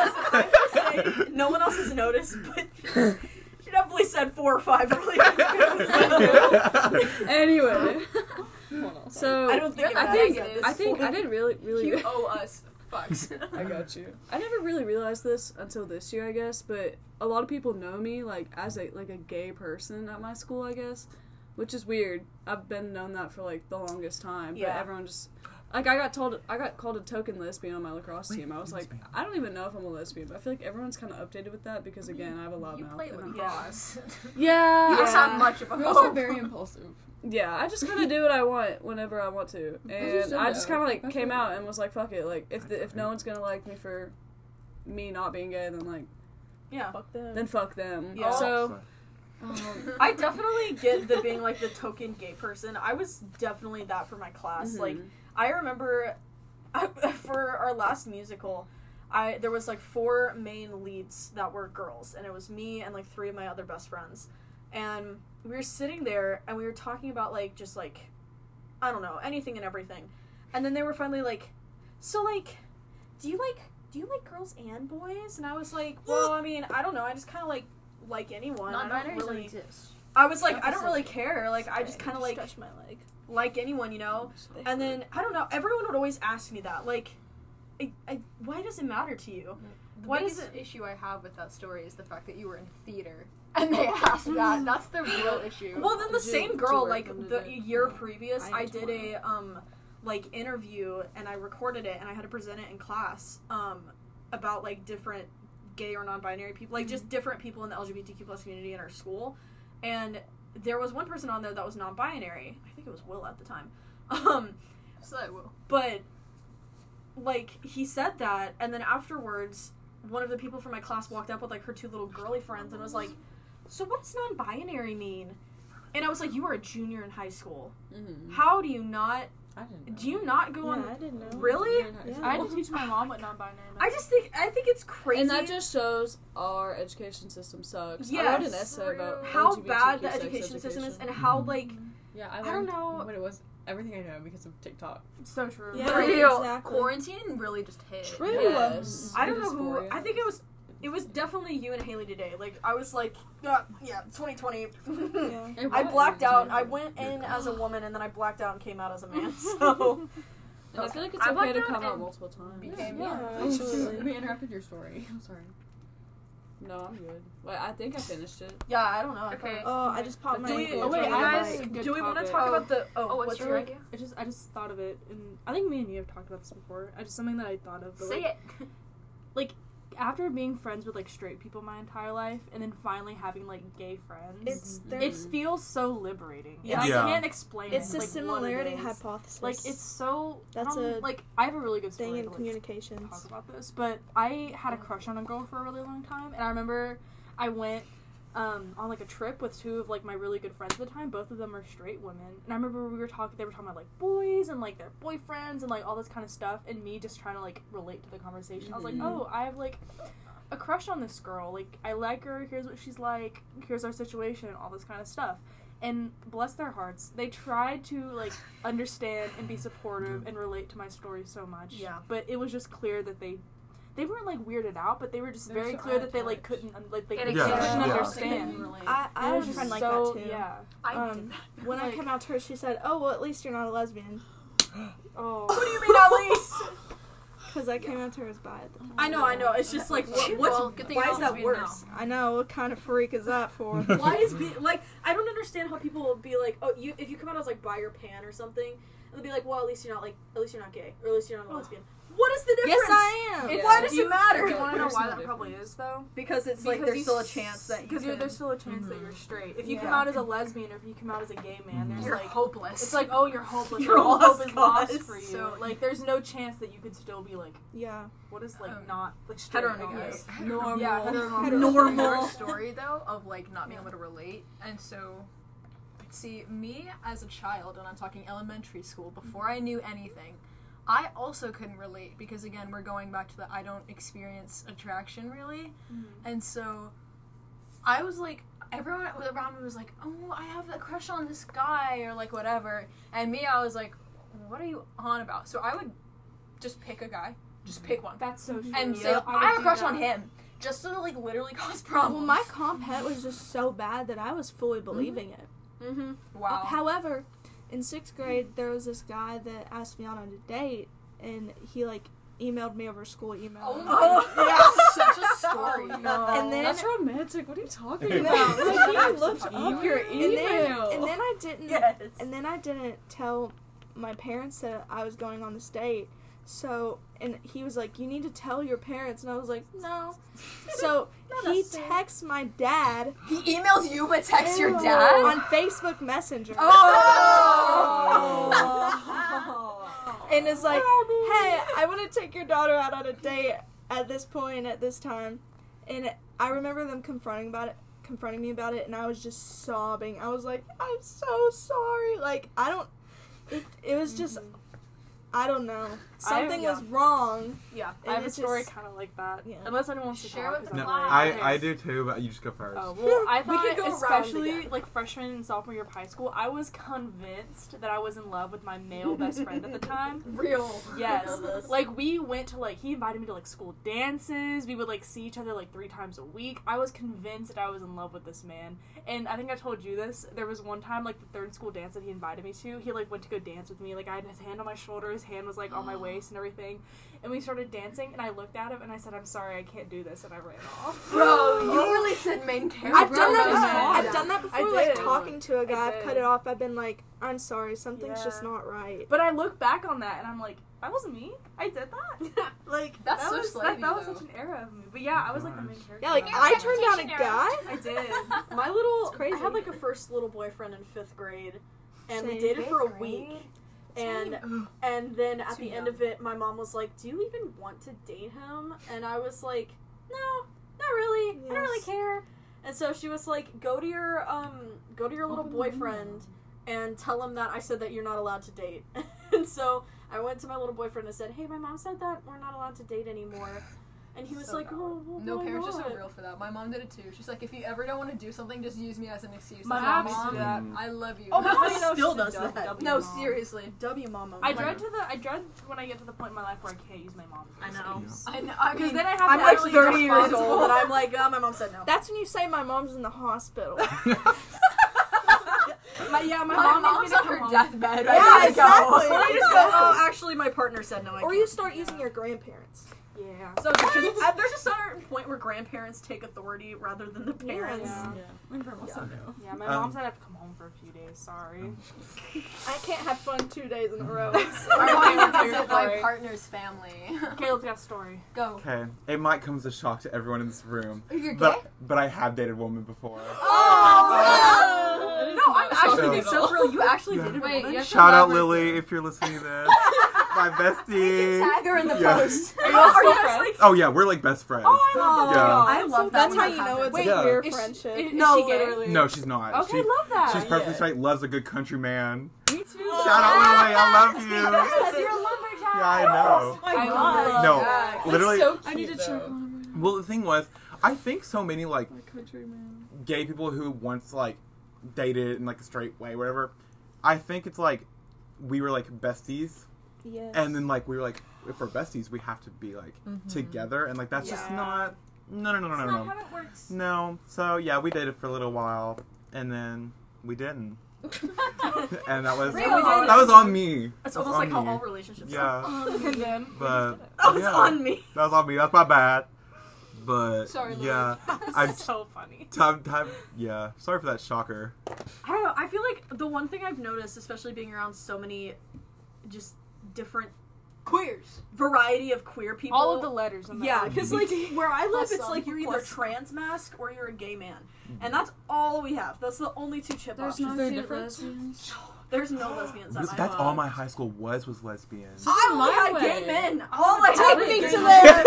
just saying, no one else has noticed, but she definitely said four or five earlier.
anyway, so
I don't think
You're I
that
think-
at this
I think I
point.
didn't really really.
You owe us fucks.
I got you. I never really realized this until this year, I guess. But a lot of people know me like as a like a gay person at my school, I guess, which is weird. I've been known that for like the longest time,
Yeah.
but everyone just like I got told I got called a token lesbian on my lacrosse team. I was like,
lesbian.
I don't even know if I'm a lesbian, but I feel like everyone's kind of updated with that because again, I have a loud
you
mouth.
play
and I'm-
lacrosse.
yeah,
That's
yeah.
not much of a
Girls are
hope.
very impulsive.
Yeah, I just kind of do what I want whenever I want to,
Those are
and
so
I just
dope.
kind of like
That's
came
really
out and was like, "Fuck it!" Like if the, if no
Okay.
one's gonna like me for me not being gay, then like
yeah.
Fuck them.
then fuck them.
Yeah.
Oh,
So
I definitely get the being like the token gay person. I was definitely that for my class.
Mhm.
Mm-hmm.
Like I remember I, for our last musical, I there was like four main leads that were girls, and it was me and like three of my other best friends, and we were sitting there and we were talking about like just like I don't know anything and everything, and then they were finally like, so like, do you like do you like girls and boys? And I was like, well, I mean, I don't know. I just kind of like like anyone. I don't
Non-binaries
really-
don't exist.
I was like,
Stuff
I don't
is
really care. Like, I just
Sorry,
kind of like
stretched my leg.
like anyone, you know. And then I don't know. Everyone would always ask me that, like, I, I, why does it matter to you?
The
Why does
biggest issue I have with that story is the fact that you were in theater and they asked that. That's the real issue.
Oh. Well, then the
Ju-
same girl,
Jewel
like
from
the
the-
year previous,
I
I, did
adore
a um, like interview and I recorded it and I had to present it in class um, about like different gay or non-binary people, like just different people in the LGBTQ plus community in our school, and there was one person on there that was non-binary. I think it was Will at the time. Um,
so I will.
but like he said that and then afterwards one of the people from my class walked up with like her two little girly friends and was like so what does non-binary mean and i was like you were a junior in high school
Mhm.
how do you not
I didn't.
do you not go
Yeah, I
on
didn't know.
really
Yeah.
I had to teach my mom what non-binary meant.
i just think i think it's crazy
and that just shows our education system sucks. I wrote an
Yes.
essay about
how
LGBTQ
bad the
sex
education system is and
education. Mm-hmm.
how like
Yeah, I,
I don't
learned
know.
what it was. Everything I know because of TikTok.
It's so true.
Yeah.
For
Right,
real,
exactly.
quarantine really just hit.
True.
Yes.
i don't know who
Dysphoria.
i think it was it was definitely you and haley today like i was like "Ah, yeah 2020
Yeah.
It
I
was.
blacked out. I went in as a woman and then I blacked out and came out as a man. So
And I feel like it's
I
okay to
blacked out
come out
and
multiple times.
became-
Yeah, absolutely.
we interrupted your story. I'm sorry.
No, I'm good. Wait, I think I finished it.
yeah, I don't know.
Okay.
Oh, I just popped my
Do we-
ankle.
oh, wait,
from the
I
bike.
guys-
good
Do we want to
topic.
talk about the? Oh,
Oh, what's,
what's
your
your?
idea?
I just I just thought of it, and I think me and you have talked about this before. I just something that I thought of. but,
Say
like,
it.
After being friends with like straight people my entire life, and then finally having like gay friends,
It's there-
it feels so like,
Yeah.
I
Yeah.
can't explain.
It's
it,
the
like,
similarity
what it is.
hypothesis.
Like it's so.
That's
That's
a
a like I have a really good story
thing in
to, like,
communications.
talk about this, but I had a crush on a girl for a really long time, and I remember I went um, on like a trip with two of like my really good friends at the time. Both of them are straight women, and I remember we were talking. They were talking about like boys and like their boyfriends and like all this kind of stuff, and me just trying to like relate to the conversation. I was like,
Mm-hmm.
Mhm.
oh, I have like a crush on this girl. Like I like her. Here's what she's like. Here's our situation. All this kind of stuff. And bless their hearts, they tried to like understand and be supportive and relate to my story so much.
Yeah.
But it was just clear that they they weren't like weirded out, but they were just
They're
very
so
clear that they like
unattached.
couldn't un- like they,
It
they
exists.
couldn't
Yeah.
understand.
I, I
It
had
was
a
just
friend like
so-
that too.
Yeah.
I did
Um,
that.
When I
Like-
came out to her, she said, "Oh, well, at least you're not a lesbian,"
Oh.
What do you mean at least?
because I came out to her as bi at the
Oh
time.
I know, I know. It's just like what, what's
Well, good thing
why is
I don't
that
be
worse?
I know. What kind of freak is that for?
Why is be like I don't understand how people will be like oh you if you come out as like bi or pan or something they'll be like well at least you're not like at least you're not gay or at least you're not a lesbian. What is the difference?
yes, I am.
It's-
Why
Yeah.
does
Do
it matter?
Do you want to know
There's
why
no
that
difference.
probably is though?
Because it's like
Because
there's
you
still a
s-
chance that you
Because
can.
there's still a chance that you're straight. If you come
Mm-hmm. Yeah.
out as a lesbian or if you come out as a gay man, there's
You're
like
hopeless.
it's like oh you're hopeless.
You're
Your all
lost
hope is lost
cause.
for you.
So-
like there's no chance that you could still be like
Yeah.
what is like
Um,
not like straight.
heteronormative.
Yes.
Normal.
Yeah, heteronormative.
Normal.
Your story though of like not being able to relate, and so see me as a child, and I'm talking elementary school before I knew anything. I also couldn't relate because again, we're going back to the I don't experience attraction really,
Mm-hmm.
and so I was like. Everyone around me was like, "Oh, I have a crush on this guy," or like whatever. And me, I was like, "What are you on about?" So I would just pick a guy, just
Mm-hmm.
pick one
That's so true.
and
Yeah.
say,
I would
I have a
do
crush
that.
on him, just to like literally cause problems.
Well, my
Mm-hmm.
comp het was just so bad that I was fully believing it.
Mm-hmm.
wow.
However, in sixth grade, there was this guy that asked me out on a date, and he like emailed me over school email.
Oh
Oh. such a story.
And then
That's romantic. What are you talking
No.
about?
like, he looked up
your
and then,
email.
and then I didn't.
Yes.
And then I didn't tell my parents that I was going on this date. So, and he was like, "You need to tell your parents," and I was like, "No." So he texts my dad
He emails you but texts your
on
dad.
Facebook Messenger.
Oh.
and is like, "Hey, I want to take your daughter out on a date at this point at this time." And I remember them confronting about it, confronting me about it, and I was just sobbing. I was like, "I'm so sorry." Like, I don't it, it was just
Mm-hmm.
I don't know. Something
yeah.
was wrong.
Yeah,
And
I have a
it's
story
just-
kind of like that.
Yeah.
Unless anyone wants to
Share
talk,
with
'cause
the
I'm
No,
like-
I, I do too, but you just go first.
Oh well, I
We
thought
could go around
especially
again.
like freshman and sophomore year of high school, I was convinced that I was in love with my male best friend at the time.
Real.
Yes, like we went to like he invited me to like school dances. We would like see each other like three times a week. I was convinced that I was in love with this man, and I think I told you this. There was one time like the third school dance that he invited me to. He like went to go dance with me. Like I had his hand on my shoulder, his hand was like on my waist and everything, and we started dancing. And I looked at him and I said, "I'm sorry, I can't do this," and I ran off.
Bro, you really said main character.
I've done that
Bro,
before.
man.
I've done that
I
before like
did.
talking to a guy, I've
did.
cut it off. I've been like, "I'm sorry, something's
Yeah.
just not right."
But I look back on that and I'm like, that wasn't me. I did that. like
That's
that
so
was
slimy,
that, that was
though.
such an era of me. But yeah, I was like the main
Gosh.
character.
Yeah, like
in that.
I turned down a
Temptation
guy.
era.
I did.
My little,
It's crazy.
I had like a first little boyfriend in fifth grade, and we
Same.
dated for a week. And and then at
Too
the end
young.
of it, my mom was like, "Do you even want to date him?" And I was like, "No, not really. I don't really
Yes.
care." And so she was like, "Go to your um, go to your little boyfriend and tell him that I said that you're not allowed to date." and so I went to my little boyfriend and said, "Hey, my mom said that we're not allowed to date anymore." And he was
So
like,
valid.
"Oh, well,
No
why
parents are so
not?"
real for that. My mom did it too. She's like, if you ever don't want to do something, just use me as an excuse.
My
Like,
mom
mom,
used to do that.
I love you.
Oh, my mom
still
still does
does
that.
that.
no,
mom.
seriously.
W mama.
I
moment.
dread to the I dread when I get to the point in my life where I can't use my mom.
I know.
I know. I
Because
mean,
then I have
I'm
to
like
actually
30 years
responsible.
old, and I'm like, oh, my mom said no.
That's when you say my mom's in the hospital.
My, yeah,
my,
my, mom
mom's
needs me to
on
come
her
home.
deathbed.
Yeah,
I gotta go.
exactly. Or you just go, oh, actually, my partner said no. I
or
can't."
you start using your grandparents.
Yeah.
So there's just, uh, there's a certain point where grandparents take authority rather than the parents.
Yeah.
My grandma said no.
Yeah, my
Um,
mom said I have to come home for a few days. Sorry.
I can't have fun two days in a row.
Our
Okay,
mom
what's
is
your
with my
story?
partner's family.
Caleb's got a story.
go.
Okay, it might come as a shock to everyone in this room,
You're gay?
but but I have dated women before.
Oh,
That is
no, I'm
not
actually
shocking
so
at
thrilled. You actually
Yeah.
did it.
Wait, you have to
Shout out
elaborate
Lily
though.
if you're listening to this, my bestie.
Tag her in the
Yeah.
post.
Are you
Are you
still
guys,
friends?
Oh yeah, we're like best friends.
Oh, I
I'm
love
so-
that.
That's
when
how
that
you know
happens.
it's
Wait,
a
Yeah.
queer
Is she-
friendship.
is- is
No
she gay?
way.
No, she's not.
Okay,
She-
love that.
She's perfectly
Yeah.
straight. Loves a good country man.
Me too.
Shout out Lily, I love you.
Because you're a lumberjack.
Yeah, I know.
my
I
God.
love
No,
that.
literally.
I need to check on
Well, the thing was, I think so many like
my country man.
gay people who once like dated in like a straight way, whatever. I think it's like we were like besties,
Yes.
and then like we were like, if we're besties, we have to be like
Mm-hmm.
together, and like that's just
Yeah.
not. No, no, no, no,
That's
no,
not
no.
how it works.
No. So yeah, we dated for a little while, and then we didn't, and that was
Real.
that was on me.
That's
That was
almost like
on
how all
me.
relationships are.
Yeah,
And then
but
That was
yeah,
on me.
that was on me. That's my bad. But
Sorry, Lily.
yeah, I
so funny.
time time yeah. Sorry for that shocker.
I don't know. I feel like the one thing I've noticed, especially being around so many just different
Queers.
variety of queer people.
All of the letters. In that
Yeah,
word.
because like where I live,
Plus
it's
some,
like you're either
plus some.
trans mask or you're a gay man,
Mm-hmm.
and that's all we have. That's the only two chip
There's
options.
no
there a
cute
difference?
lesbians.
There's no lesbians at my
That's
home.
all my high school was was lesbians.
I only
My
had gay
way.
men. All I had
Take me
was
to
gay
there.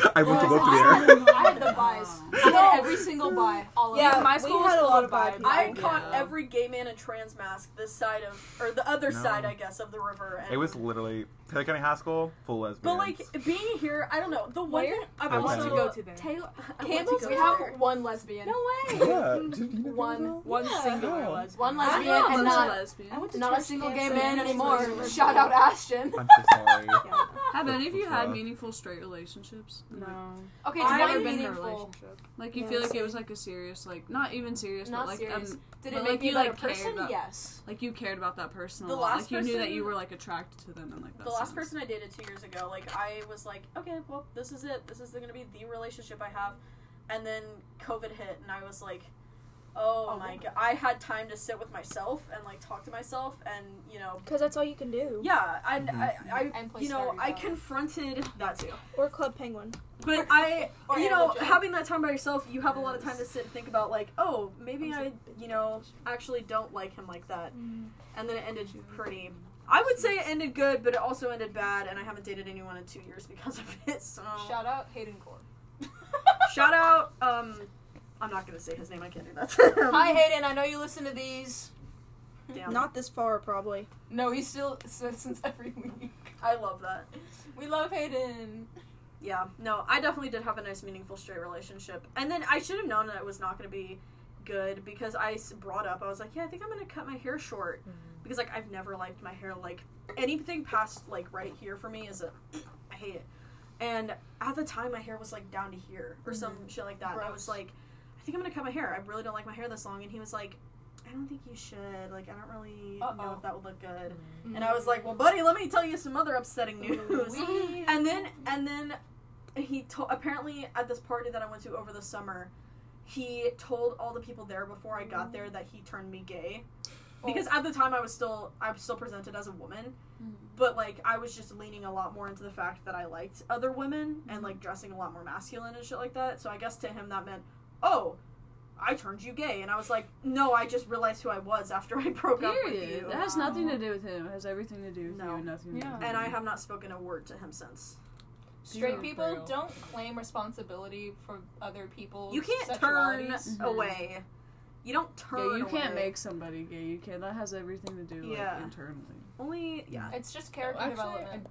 men.
I went to both there.
I had the buys. I had every single buy. All of
Yeah,
them.
my school was full of
bi
bi
people.
I
Yeah.
caught every gay man and trans mask this side of, or the other
No.
side, I guess, of the river. And,
It was literally Taylor County High School full lesbians.
but like being here, I don't know. The one
Where?
thing I've
I
also
want to
go to there.
Taylor,
Campbell's, we have one lesbian.
no way.
yeah, did you know
One.
one singular
Yeah.
lesbian.
One
I
lesbian
know,
and
but-
not,
lesbian.
not a single gay man
Campbell's.
anymore. Shout out Ashton.
I'm so sorry.
Have any of you had
Yeah.
meaningful straight relationships?
No.
Okay,
I've
define
never been in a
meaningful.
Like you
Yeah,
feel like it
same.
was like a serious, like not even serious,
Not
but like
serious.
um, but,
Did it
like,
make you
you,
like
like, cared
person?
about-
Yes.
like you cared about that person a
The
lot.
last
Like you knew that
person-
you were like attracted to them and like that.
The last
sense.
person I dated two years ago, like I was like, okay, well, this is it. This is gonna be the relationship I have. And then COVID hit, and I was like, oh,
Oh,
my god, I had time to sit with myself and like talk to myself, and you know,
Because that's all you can do.
yeah, and
Mhm.
I, I,
And play
you know, I
Stardew Valley.
confronted that too.
Or Club Penguin.
But I,
Or
you
Animal
know,
Jam.
having that time by yourself, you have a lot of time to sit and think about like, oh, maybe I, you know, actually don't like him like that. And then it ended pretty. I would say it ended good, but it also ended bad, and I haven't dated anyone in two years because of it. So
Shout out Hayden Core.
shout out. Um, I'm not gonna say his name. I can't do that.
Hi Hayden, I know you listen to these.
Damn.
Not this far, probably.
No, he still listens every week.
I love that.
We love Hayden.
Yeah, no, I definitely did have a nice, meaningful, straight relationship. And then I should have known that it was not going to be good because I s- brought up, I was like, yeah, I think I'm going to cut my hair short.
Mm-hmm.
Because, like, I've never liked my hair. Like, anything past, like, right here for me is a, I hate it. And at the time, my hair was, like, down to here or some shit like that. And I was
Mm-hmm. Gross.
like, I think I'm going to cut my hair. I really don't like my hair this long. And he was like, I don't think you should. Like, I don't really know
Uh-oh. Mm-hmm.
if that would look good. And I was like, well, buddy, let me tell you some other upsetting news
We-
and then and then he told apparently at this party that I went to over the summer, he told all the people there before I got there that he turned me gay. Because
Oh.
at the time I was still I was still presented as a woman,
Mm.
but like I was just leaning a lot more into the fact that I liked other women and
Mm.
like dressing a lot more masculine and shit like that. So I guess to him that meant, "Oh, I turned you gay." And I was like, "No, I just realized who I was after I broke up with
Period.
you."
That has nothing to do with him. It has everything to do with
No.
you. and Nothing. To do
Yeah.
with
And I
him.
have not spoken a word to him since.
Straight
Yeah.
people
Real.
don't claim responsibility for other people's
You can't turn
sexualities.
away. You don't turn.
Yeah, you can't
away.
make somebody gay. You can't. That has everything to do like
Yeah.
internally.
only. Yeah.
It's just character
Actually,
development.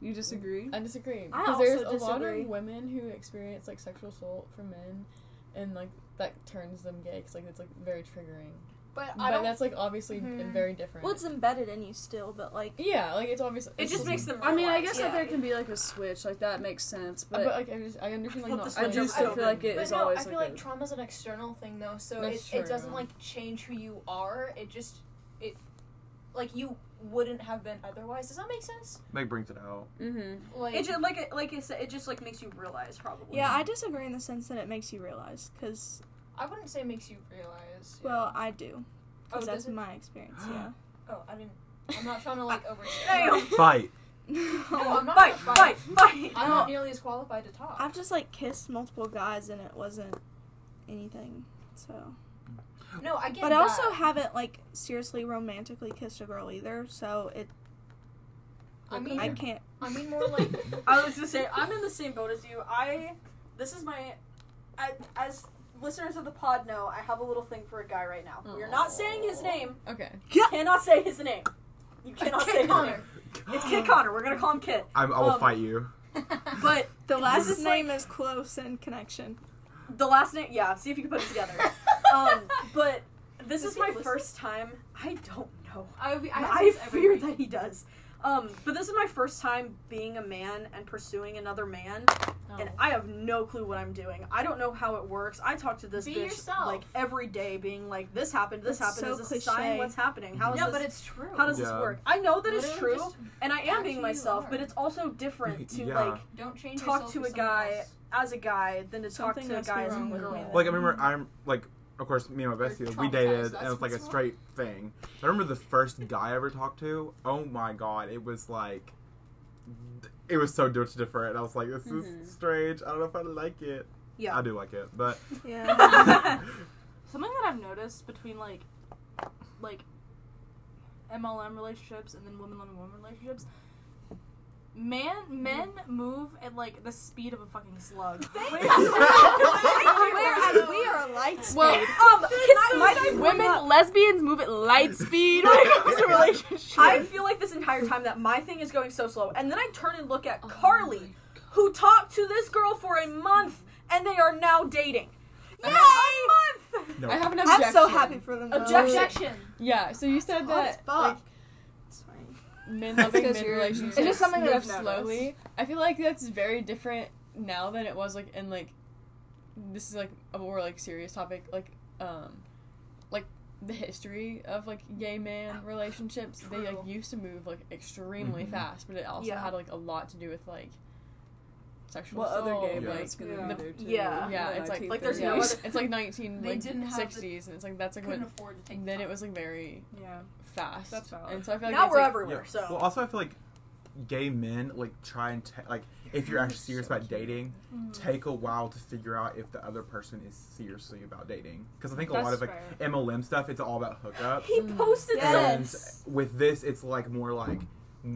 You disagree?
I disagree.
I
Because there's
also
a lot
disagree.
of women who experience like sexual assault from men, and like that turns them gay because like it's like very triggering.
But I
But
don't.
that's like obviously
Mhm.
very different.
Well, it's embedded in you still, but like.
yeah, like it's obviously
It
it's
just makes them.
I mean, I guess
yeah.
that there can be like a switch. Like that makes sense.
But,
But,
like I just I understand
I
like not.
thought
I
this
just
was
I feel like it
but
is
no,
always
I feel
like,
like trauma's an external thing though, so it,
That's
it
true.
doesn't like change who you are. It just it like you wouldn't have been otherwise. Does that make sense?
Meg brings it out.
hmm
Like
It just like like I said, it just like makes you realize probably.
Yeah, I disagree in the sense that it makes you realize. Because,
I wouldn't say makes you realize. yeah.
well, I do.
oh,
Because
does
that's
it?
my experience, yeah.
oh, I didn't. I'm not trying to like overshare.
Damn.
Fight.
No, I'm not
Fight,
gonna
fight,
fight.
fight.
I'm not nearly as qualified to talk.
I've just like kissed multiple guys and it wasn't anything. So,
no, I get.
but I also
that.
haven't like seriously romantically kissed a girl either. So it,
I mean,
I can't.
I mean more like
I was gonna say I'm in the same boat as you. I this is my I, as listeners of the pod know I have a little thing for a guy right now. We're not saying his name.
okay.
Cannot say his name. You cannot
Kit
say his
Connor.
name. It's Kit Connor. We're gonna call him Kit.
I'm, I will
Um,
fight you.
But
The last
is
name is close in connection.
the last name, yeah. See if you can put it together. Um, but this
Does
is
he
my
listen?
first time. I don't know.
I, would be- I,
I,
have this every
fear
week.
that he does. Um, but this is my first time being a man and pursuing another man, and
Oh.
I have no clue what I'm doing. I don't know how it works. I talk to this
Be
bitch
yourself.
like every day, being like, "This happened. This
That's
happened.
so
is this a sign?
cliche.
What's happening? How is
No,
this?
but it's true.
how does this
Yeah.
work? I know that it's
Literally
true,
just
and I am
act
being
who you
myself,
are.
but it's also different to
Yeah.
like
Don't change
talk
yourself
to
for
a guy
someone else.
as a guy than to talk
Something
to a
must be
guy as a
wrong with me
girl.
then.
Like I remember, I'm like, of course, me and my bestie, we
traumatized,
dated, and
that's
it was like a
what's wrong.
straight thing. I remember the first guy I ever talked to. Oh my god, it was like, it was so much different. I was like, this
Mhm.
is strange. I don't know if I like it.
Yeah.
I do like it, but
Yeah.
Something that I've noticed between like like MLM relationships and then women loving women relationships. Man, men move at like the speed of a fucking slug.
Whereas we are light speed.
Well,
um, can I, my,
women, lesbians move at light speed when it comes to relationships.
I feel like this entire time that my thing is going so slow, and then I turn and look at Carly, who talked to this girl for a month, and they are now dating. Yay! A month.
no.
I have an objection.
I'm so happy for them. though.
Objection.
Yeah. So you said
Hot as
that
fuck.
like,
Sorry.
men loving
'cause
men
you're-
relationships.
It's just
something that
move
I've noticed.
slowly. I feel like that's very different now than it was like in like this is like a more like serious topic, like um, like the history of like gay man relationships. They like used to move like extremely
Mhm.
fast, but it also
Yeah.
had like a lot to do with like sexual
What other
assault,
gay
Yeah.
like
man's gonna
Yeah.
be there too?
Yeah.
yeah, it's like
Like, there's no
yeah, it's like nineteen
They
like
didn't have the-
sixties, and it's like that's like what.
couldn't afford to take.
Then
the
it was like very
Yeah.
fast,
That's valid.
and so I feel like
now
it's,
we're
like,
everywhere.
Yeah.
So
Well, also I feel like gay men like try and ta- like if you're actually serious about dating,
Mm-hmm.
take a while to figure out if the other person is seriously about dating. Because I think a lot
That's
of like
fair.
MLM stuff, it's all about hookups.
he posted this.
And with this, it's like more like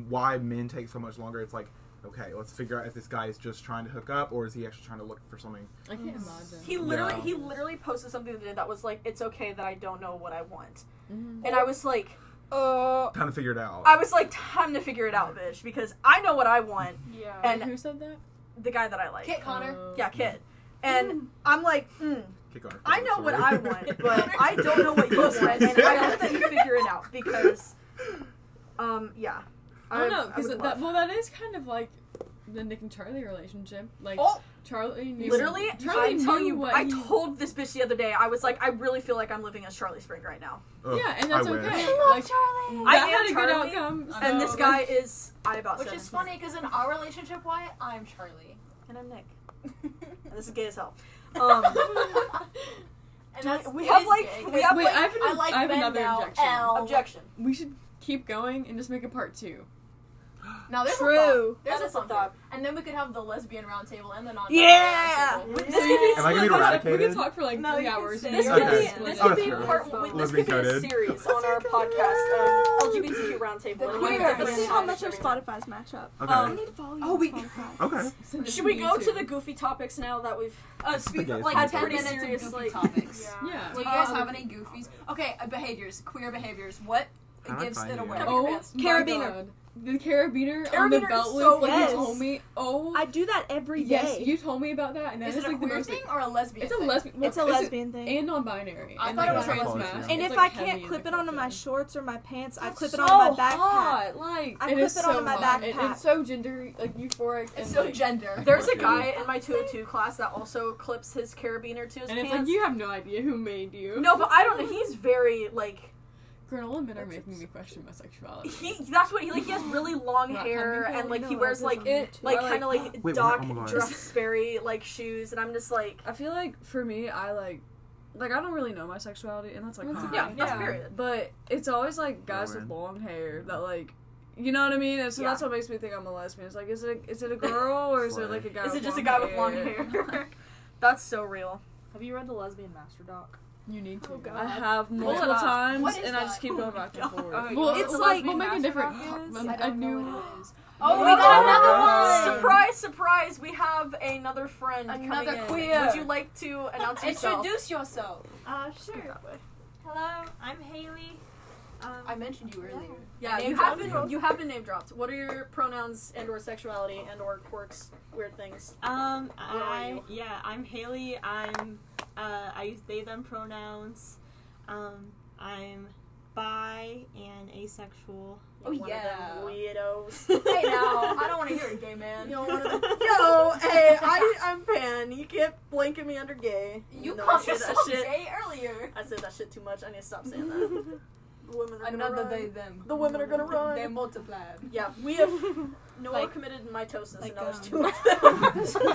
why men take so much longer. It's like okay, let's figure out if this guy is just trying to hook up or is he actually trying to look for something.
I can't imagine.
Um, He literally
Yeah.
he literally posted something the other day that was like, "It's okay that I don't know what I want,"
Mhm.
and I was like, "Uh."
Kind of figure it out.
I was like, time to figure it out, bitch, because I know what I want.
Yeah.
And
who said that?
the guy that I like,
Kit Connor.
Oh.
yeah, kid, Mm. and I'm like, mm,
Kick on her
I
phone,
know what
sorry.
I want, but I don't know what you want, and I hope that you figure it out because, um, yeah.
I don't know
I
because
would
Oh, that
love-
well that is kind kind of like the Nick and Charlie relationship. Like
Oh,
Charlie knew
literally,
Charlie
I'm
knew
telling you,
what
I
he-
told this bitch the other day. I was like, I really feel like I'm living as Charlie Spring right now,
Ugh,
yeah, and that's
I wish.
okay. like,
I
Charlie.
that
am
had a good
Charlie,
outcome. Oh.
and
so,
this guy is I about
Which is
17.
funny because in our relationship, why I'm Charlie.
and I'm Nick, and this is gay as hell. Um,
and that's,
we
it
have,
is
like-
gay,
we
'cause
have,
Wait, I have, an,
I like
I have
Ben
another
now,
objection.
Oh,
L.
objection.
We should keep going and just make a part two.
Now there's a thought.
True.
There's
That
a
is a
thought.
thought.
And then we could have the lesbian roundtable and the non.
Yeah!
Roundtable.
This could be
Am I gonna be
We
eradicated?
could talk for like
No,
three
you can
hours.
stay.
and
This
do
could
that.
Okay.
be this could be
Okay.
part this
Let's
could be a
encode it.
series on our podcast of LGBTQ roundtable. and
Wait,
we're
wait,
gonna
Let's see
wait.
how much our Spotify's match up.
Okay.
Um,
I need to follow you.
oh,
on
we-
Spotify.
okay.
Send it
Should we go to
YouTube.
the goofy topics now that we've?
Uh, speak
Okay,
of
it's
like
fine.
ten
Pretty
minutes
serious,
of goofy
like-
topics.
Yeah.
Do you guys
Um,
have any goofies? Okay, uh, behaviors, queer behaviors. What
How do I
gives
find
it
you?
away?
Cover
Oh,
Yes.
my
Carabiner.
God. The carabiner,
Carabiner
on the
is
belt loop.
so
like
yes.
you told me. Oh,
I do that every day.
yes, you told me about that, and that
Is it a
like the
queer
most, like,
thing or a lesbian?
It's a
thing?
lesbian. well,
it's a
it's
lesbian thing.
and non-binary.
I
and
thought
it
like
was
trans
lesbian.
masculine.
And
It's,
if
like,
I
heavy
can't
in
clip
the
it onto my
culture.
shorts or my pants, I
That's
clip it
so
on my backpack.
hot, like
I
it
clip
is
it
so
onto my
hot. It-
backpack.
it's so gender like euphoric. and,
It's so
like-
gender.
There's a guy in my 202 class that also clips his carabiner to his
And it's
pants.
like you have no idea who made you.
no, but I don't know. He's very like
granola men are
That's-
making me question my sexuality.
he. That's what he like. He has really long
Not
hair
coming
and like
No,
he
that
wears
was
like
on there, too.
like
Or, like-
kind of like
Wait,
Doc
what- oh my God.
Dressberry like shoes, and I'm just like
I feel like for me, I like, like I don't really know my sexuality, and that's like,
That's
fine.
yeah, that's
Yeah.
period.
But it's always like guys with
Lauren.
long hair that like, you know what I mean. And so
Yeah.
that's what makes me think I'm a lesbian. It's like, is it a, is it a girl or is it like a guy?
Is it
with
just a
long
guy with long
hair?
hair? That's so real.
Have you read the lesbian master doc?
You need to.
Oh, God.
I have multiple
up.
times,
What is
and I
that?
just keep going back and forth.
Oh,
Well,
you
it's
know what
like
lesbian
we'll make a
master
different
doc is?
ho-
I
a
don't know
new.
what it is.
Oh,
we got
another one!
Surprise, surprise! We have another friend.
Another
coming in.
queer.
Would you like to announce yourself?
Introduce yourself.
Uh, sure. Hello, I'm Haley. Um,
I mentioned you earlier.
Yeah,
Name
you
drop.
have been you have been name dropped. What are your pronouns and or sexuality and or quirks, weird things?
um,
Where are
I
you?
yeah, I'm Haley. I'm uh, I use they them pronouns. Um, I'm bi and asexual.
Oh,
One of them
yeah.
weirdos.
Hey now, I don't want to hear it, gay man.
You don't wanna- Yo, hey, I I'm pan. You kept blanking me under gay.
You
know,
called
I said
yourself
that shit.
gay earlier.
I said that shit too much. I need to stop saying that. The women are
Another
gonna
they
run.
them.
The women are gonna run.
They multiplied.
Yeah, we have Noah
Like-
committed mitosis,
like,
and now there's
um,
two of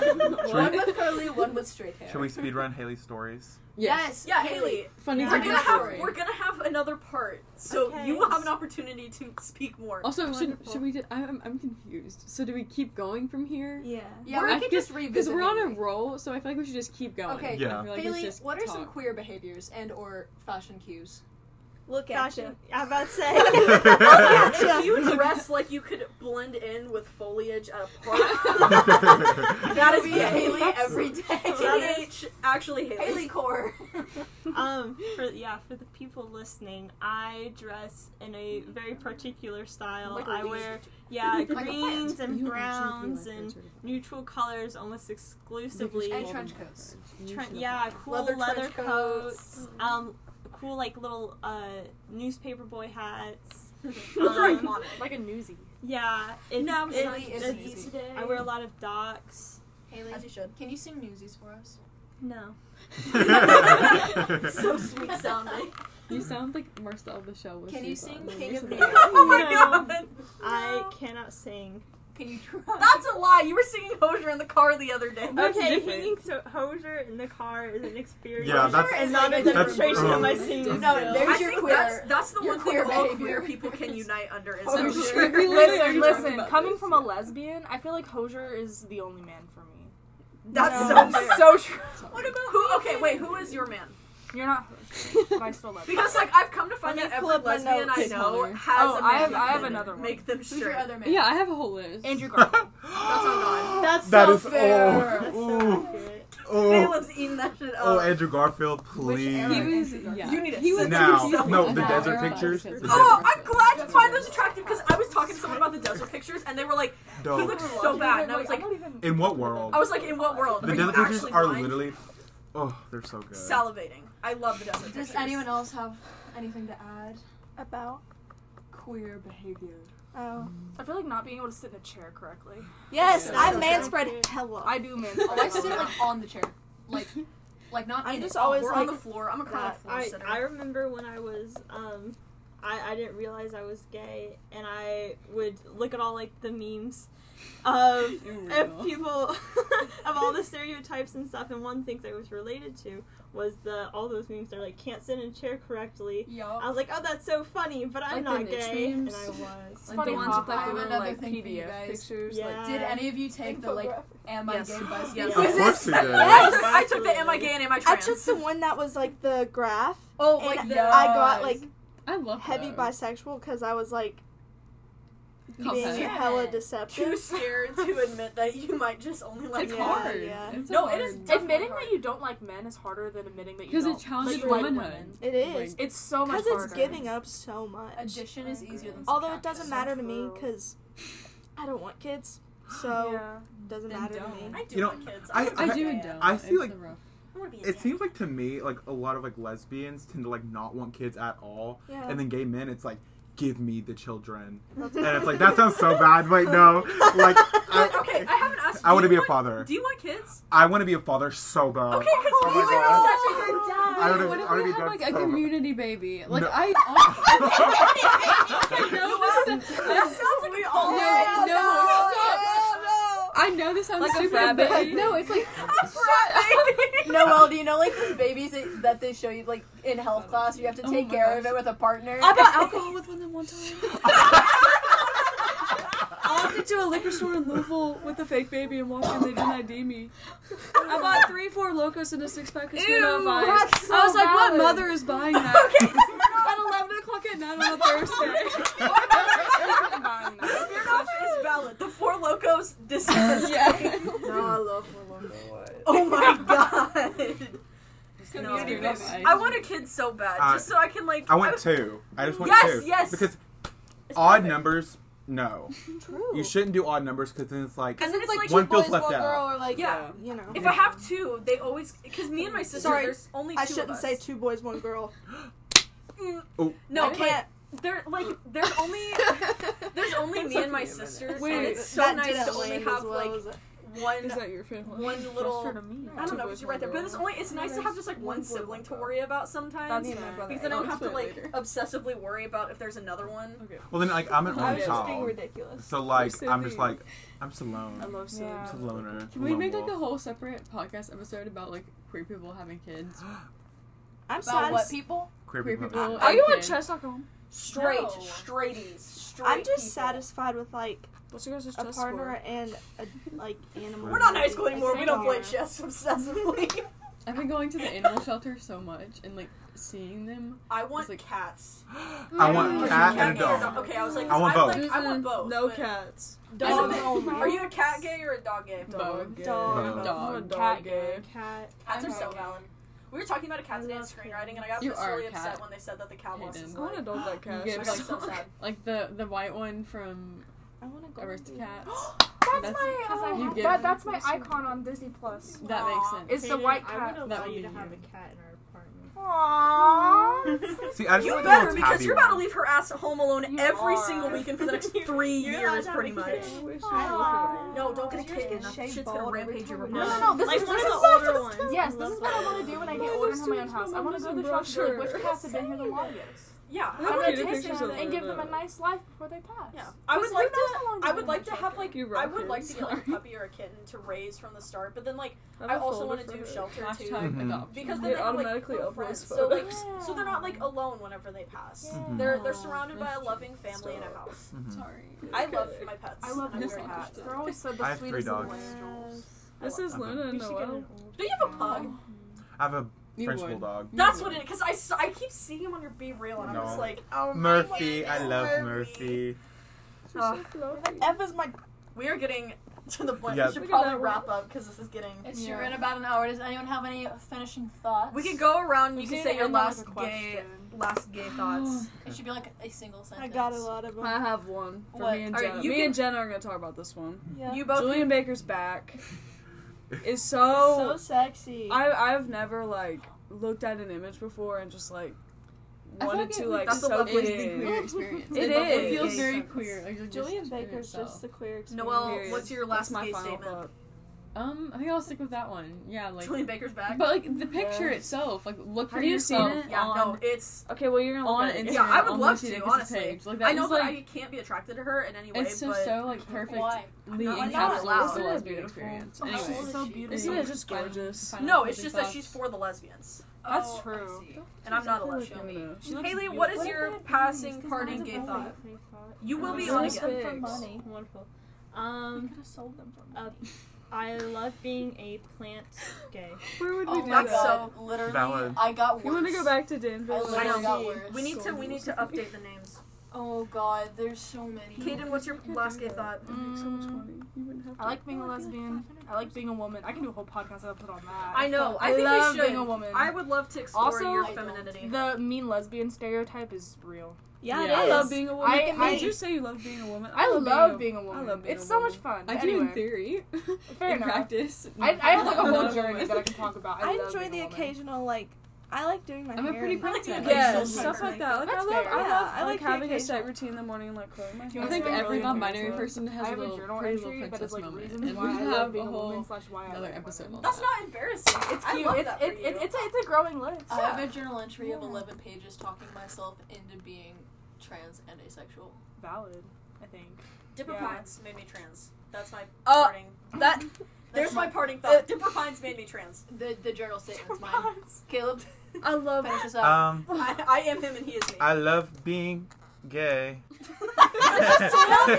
them.
Should
One
we,
with curly, one with straight hair.
should we speed run Haley's stories?
Yes.
yeah, Haley.
Funny.
We're
thing
gonna
is-
have we're gonna have another part, so
Okay.
you will have an opportunity to speak more.
Also, should,
Wonderful.
should we? Do, I'm I'm confused. So do we keep going from here?
Yeah.
Yeah,
We're-
we could just revisit.
Because we're on a
it.
roll, so I feel like we should just keep going.
Okay.
Yeah.
I feel like we should
Haley,
just
what are some
talk.
queer behaviors and or fashion cues?
Look at
Fashion.
you. I'm about to say.
Yeah,
Look at
if
you.
you dress like you could blend in with foliage at a park,
That's
that is
We
gay.
Haley every day.
TBH, actually Haley.
Haley core.
um, for, yeah, for the people listening, I dress in a very particular style.
Like a
I
leaf.
wear yeah
Like a
greens and
You actually
browns
do like
and
that sort of-
neutral colors almost exclusively.
And trench coats.
You
Tren-
should
yeah,
apply.
cool
Leather
leather,
trench coats.
coats. Um, cool like little uh newspaper boy hats.
Those are
Um,
iconic.
Like a newsie.
Yeah, it's,
No, I'm
it's-
sorry, it's
it's-
easy.
I wear a lot of docs.
Haley,
As you should.
Can you sing Newsies for us?
No.
so sweet sounding.
You sound like Marcel the Shell was.
Can you sing King of New York?
oh my
No.
god.
I cannot sing.
Can you try?
That's a lie. You were singing Hosier in the car the other day.
Uh,
That's
okay,
different.
hanging so Hosier in the car is an experience.
Yeah, that's-
and not a
That's-
demonstration of my
um,
singing.
No,
skills.
I
there's
think
your
that's,
queer-
that's the
your
one queer
queer
all queer
behavior.
people can unite under is
Oh,
Hosier.
sure. We literally were talking
Listen, listen.
about
Coming
this,
from a lesbian, I feel like Hosier is the only man for me.
That's
No.
so fair.
so true.
What about
Who? Okay, wait. Who is your man?
You're not Hosier, but I still love you.
Because like I've come to find that
Let me
every
pull up my
lesbian I
notes,
know
Hunter.
has.
Oh,
a
I
man
have- I
who
have
can
another one.
Make them
Who's
straight.
your other man?
Yeah, I have a whole list.
Andrew Garfield.
That's on God.
That's
That
so
is- oh,
fair.
That's so
Ooh.
accurate.
Oh,
Caleb's eating that shit
oh,
up.
Andrew Garfield,
He
please.
era?
was.
Andrew
Yeah.
You need to
he was
sit
Now.
yourself.
No, the
Yeah.
desert
Yeah.
pictures.
Yeah.
The desert
Oh, I'm
pictures.
glad you find those attractive because I was talking to someone about the desert pictures and they were like, he
Dope.
looks so bad. And I was like,
In what world?
I was like, in what world?
The
Are you
desert pictures
actually
are
blind?
literally. Oh, they're so good.
salivating. I love the desert pictures.
Does anyone else have anything to add?
About.
queer behavior.
Oh.
I feel like not being able to sit in a chair correctly.
Yes,
Yeah.
I manspread hello.
I do man.
Oh, I sit like on the chair, like, like not.
I'm
in
just
it.
always
We're on
like
the floor. I'm a chronic
That-
floor
I,
sitter.
I remember when I was um I, I didn't realize I was gay and I would look at all like the memes of of people of all the stereotypes and stuff and one thing that was related to was the all those memes are like can't sit in a chair correctly.
Yup.
I was like, oh that's so funny, but I'm
Like the
not
niche
gay
memes?
and I was.
Like
funny
the ones
how
with like
I
the
have
little
another
like
thing for you
PDF
guys.
pictures.
Yeah.
Like,
Did any of you take the like am I
Yes.
gay buzz?
Yes.
Of course he did.
I took- I took the am I
Absolutely.
gay and am I
I
trans?
took the one that was like the graph.
Oh,
and
like
I got like
I love
heavy
those.
bisexual because I was like being
Competitive.
hella
Yeah.
too
deceptive.
scared to admit that you might just only like
It's
Yeah,
hard.
yeah.
It's
No,
hard.
it is
Admitting that you don't like men is harder than admitting that you
because
don't.
it challenges
that you like
womanhood.
women.
It is
It's so much
because
harder.
it's giving up so much.
addition is easier than
Although it
subtraction.
doesn't matter to me
true.
because I don't want kids, so
Yeah.
it doesn't
Then
matter to
don't.
me.
I do
You know,
want kids.
I-
want
I
to
do
be
and
gay.
don't.
I see,
It's
like-
the rough.
I want to be a
It
gay.
seems like to me, like a lot of like lesbians tend to like not want kids at all,
Yeah.
and then gay men, it's like, give me the children,
That's-
and it's like that sounds so bad. Wait, no, like, I,
But, okay, I haven't asked.
I
do
want to
you
be a father.
Do you want kids?
I want to be a father so bad.
Okay, because
Oh
you
my
and
God.
I actually heard dad.
I would've-
What if
I would've
we
done
had like a
so-
community baby? Like
No.
I. I know
That
this.
sounds like we all.
No,
Yeah,
no, I know this sounds
Like a
super
frat
bad.
baby.
No, it's like
Noel, do you know like those babies that, that they show you like in health class? You have to
Oh
take
my
care
gosh.
of it with a partner.
I bought alcohol with one of them one time. I walked into a liquor store in Louisville with a fake baby and walked in. They didn't ID me. I bought three, four locos and a six pack of Smirnoff Ice.
That's so
I was like, what
valid.
mother is buying that? At 11 o'clock at night on a Thursday.
Buying that.
Smirnoff is valid. The Four Locos disgust.
yeah.
I love Orlando.
Oh my god.
Community
No.
baby.
I want a kid so bad,
Uh,
just so I can like.
I want two. I just want
Yes,
two.
yes.
Because
It's
odd
perfect.
numbers, no.
True.
You shouldn't do odd numbers because then it's like
And then it's like,
one feels
Boys,
left
one
out.
girl, or like,
Yeah.
uh, you know.
if I have two, they always because me and my sister.
Sorry,
there's only two
I
of
shouldn't
us.
say two boys, one girl.
No,
I can't.
There, like, there's only there's only me and my sisters,
Wait,
and it's so
that
nice
didn't
to only
land
have
as well
like
as it-
one.
Is that your family?
One little, I
Two
don't know,
boys,
because you're right there.
one
But
girl.
it's only, it's nice to have just like one sibling to worry about sometimes.
That's
You know.
my brother.
because I don't
I'll
have to
explain
like
later.
obsessively worry about if there's another one.
Well, then like I'm an
I
only
was just being
child,
ridiculous.
so like
You're so
I'm just
big.
like I'm just alone.
I love
Yeah.
yeah.
I'm just a loner.
Can we
lone
make like
wolf.
a whole separate podcast episode about like queer people having kids?
I'm
About
sad.
what people?
queer
Queer
people?
people.
Are you on
and kids.
chess.com?
Straight,
No.
straighties, straight.
I'm just
people.
satisfied with like
What's your guys'
a
chess
partner and a like animal.
We're not in high school anymore. We don't play
Like,
chess obsessively.
I've been going to the animal shelter so much and like seeing them.
I want
It's like-
cats.
I want a
Mm.
cat
Cat
and a
gay or
dog.
dog- Okay, I was like,
I want
I'm
both.
Like, I want both.
No
but-
cats.
Dog
Dog
only.
only.
Are you a cat gay or a dog gay?
Dog.
Dog.
Dog.
Cat
Dog.
gay.
Cat.
Cats are
I'm
so
not.
valid. We were talking about a cat today in screenwriting, and I got
You are
really
a
upset
cat.
when they said that the cat lost his
Hayden.
I want to
leg.
dog that cat.
Yeah,
I got
like-
so sad.
Like the the white one from
I want to go.
Aristocats.
That's,
That's-
my.
Because I
uh,
have-
that,
that-
that's my icon on Disney Plus.
that makes sense.
It's the white
I would
cat.
That
allow
would
you
be
to have
you.
a cat in our apartment.
See, I just
You
wanna do a
better
little
because
tabby
you're about to
one.
leave her ass at home alone every
are.
single weekend for the next three
You're allowed
years,
to have
pretty
a
much.
kid.
No, don't get a
Yours
kid.
gets
That
shaved
shit's
bald
gonna
every
rampage
time
your
we
brain.
No, no, this
like
is
one
this
of
is
the older ones.
Yes, this is what I want to do when I get older and have my own house. I want to go to the shop and be like, which cats have been here the longest?
Yeah,
I'm
I
gonna
would,
the
take
pictures
them
of
and give them
them.
a nice life before they pass.
yeah. I would
Who
like
knows
to.
how long
I
they've
would
been
like to
in
have like
You
I
rock
would
it,
like to get like a
sorry.
puppy or a kitten to raise from the start, but then like
Have
I
a
also
folder
want
for
to do
it.
shelter too.
Hashtag
Mm-hmm.
adoption.
Because
They
then they have,
automatically
like, little
uploads
friends. So like,
photos.
so they're not like alone whenever they pass.
Mhm.
They're they're surrounded by a loving family and a
Stop.
house.
Mhm.
Sorry.
I love my pets.
I love
and
these
their
cats.
cats.
They're always so the
I have three
sweetest little
dogs.
angels.
This
I
is
Okay.
Luna and
You should get
Noelle.
an
Do you have a pug?
I have a
You
French
would.
bulldog.
That's what it. Because I, s- I keep seeing him on your B reel, and
No.
I'm just like, oh my
Murphy,
word,
I love
Murphy.
Murphy.
Uh, F is my. We are getting to the point.
Yeah.
We should probably wrap up because this is getting.
It's sure in about an hour. Does anyone have any finishing thoughts?
We could go around. and You
You
can
didn't
say your
end on, like,
last
a
gay,
question.
last gay thoughts.
It should be like a single
I
sentence.
got a lot of them.
I have one for
What?
me and
All right,
Jenna.
you
me
can-
and Jenna are gonna talk about this one.
Yeah.
You both.
Julian Baker's back is
so
Oh.
so.
sexy.
I I've never like looked at an image before and just like
I feel
wanted
like
to
it-
like
that's a
soak
lovely
it
It's the
in.
queer experience.
It
It
is.
feels
Gay
very
sex.
queer. Like, you're
Julian
just in
Baker's
yourself.
just the queer experience.
Noelle,
Period.
what's your
That's
last
my
gay
final
statement?
thought.
Um, I think I'll stick with that one. Yeah, like.
Julian Baker's back.
But like the picture itself, like look for
Have you seen
yourself
it?
yeah,
on
no, it's.
Okay, well you're gonna look
on
at it.
Instagram.
Yeah, I would
on
love
Lucy
to,
Dickinson
honestly.
Page. Like that
I know
is,
that
like
I can't be attracted to her in any way.
it's just
but
so like perfectly
Why?
not
encapsulates
allowed.
Isn't it
the lesbian
beautiful?
experience.
Oh,
Anyway,
she's so beautiful.
Isn't it just gorgeous?
Final
no, it's
closing
just that
thoughts.
she's for the lesbians,
That's
Oh, I
true.
see.
and I'm not a
Look
lesbian.
at her.
She looks
Haley,
beautiful.
what is your passing parting gay thought? You will be on
Mine's
again.
fixed.
Wonderful. Um,
have sold them for
money. I love being a plant gay.
Where would we
Oh
do
my
That's
that?
god!
so-
literally,
Valid.
I got worse.
You want to go back to
Oh, I
Danville?
literally
I know.
got worse.
We need to we need to update the names.
Oh god, there's so many.
Kaden, what's your last gay thought?
so much money. You wouldn't have to.
Mm. I like being a lesbian. I like being a woman. I can do a whole podcast episode on that.
I know. I,
I
think
love
we should.
being a woman.
I would love to explore
Also,
your
I don't.
femininity.
The mean lesbian stereotype is real.
Yeah, it
Yeah.
I
is.
love being a woman.
I-
Did
I-
you say you love being a woman?
I, love being a
I
woman.
love being
it's
a
so much
woman.
fun.
I
but
do in
anyway,
theory.
Fair
in
enough.
practice.
I, I have like a
I'm
whole
not
journey
woman.
that I can talk about. I,
I
love
enjoy
being
the
a woman.
occasional like. I like doing my
I'm a
hair.
pretty
and-
pretty
I
like,
like
Yeah,
social
stuff like that. Like I
That's
love,
fair.
I love,
Yeah,
I
I like
like,
the
having a
occasional-
set routine in the morning, like clothe my hair.
I
I
think
think
every
really
non-binary
important.
person has
I
a
have a
little
journal
pretty little
entry that
princess
is like
moment,
reasons
and we
why I
should
love
have
being
a
a woman
whole
slash why I
another
like
episode
women.
on
That's
that.
not embarrassing. It's
I
cute.
love
It's,
that
it,
for
it,
you.
it's
a it's a growing list.
I have a journal entry of 11 pages talking myself into being trans and asexual.
valid. I think.
Dipper
Yeah.
Pines made me trans. That's my
Uh,
parting. That there's my, parting thought.
uh,
Dipper Pines made me trans.
The the journal statement's
Dipper
mine.
Pines.
Caleb,
I love
finish this up.
Um,
I, I am him and he is me.
I love being gay.
Hey,
Tell me,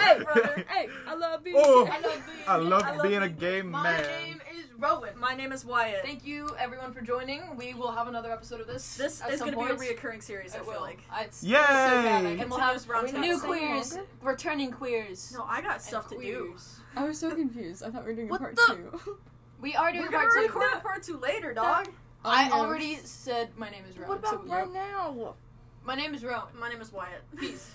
hey,
brother.
Hey, I love being.
Oh,
I love being,
I love
I
being a gay
My
man.
name is Rowan.
My name is Wyatt.
Thank you everyone for joining. We will have another episode of this.
this
at
is
some
going to be a
point.
reoccurring series. I,
It
feel
will.
like.
I- It's
Yay!
so bad. And we'll have
round
new
tables.
queers, returning queers,
No, I got
and
stuff to do.
queers.
I was so confused. I thought we were doing a
What
part
the-
two.
We are doing
We're
part
gonna
two.
record a part two later, dog.
I
Adios.
already said my name is Rowan.
What
so
about
we-
right now?
My name is Rowan.
My name is Wyatt.
Peace.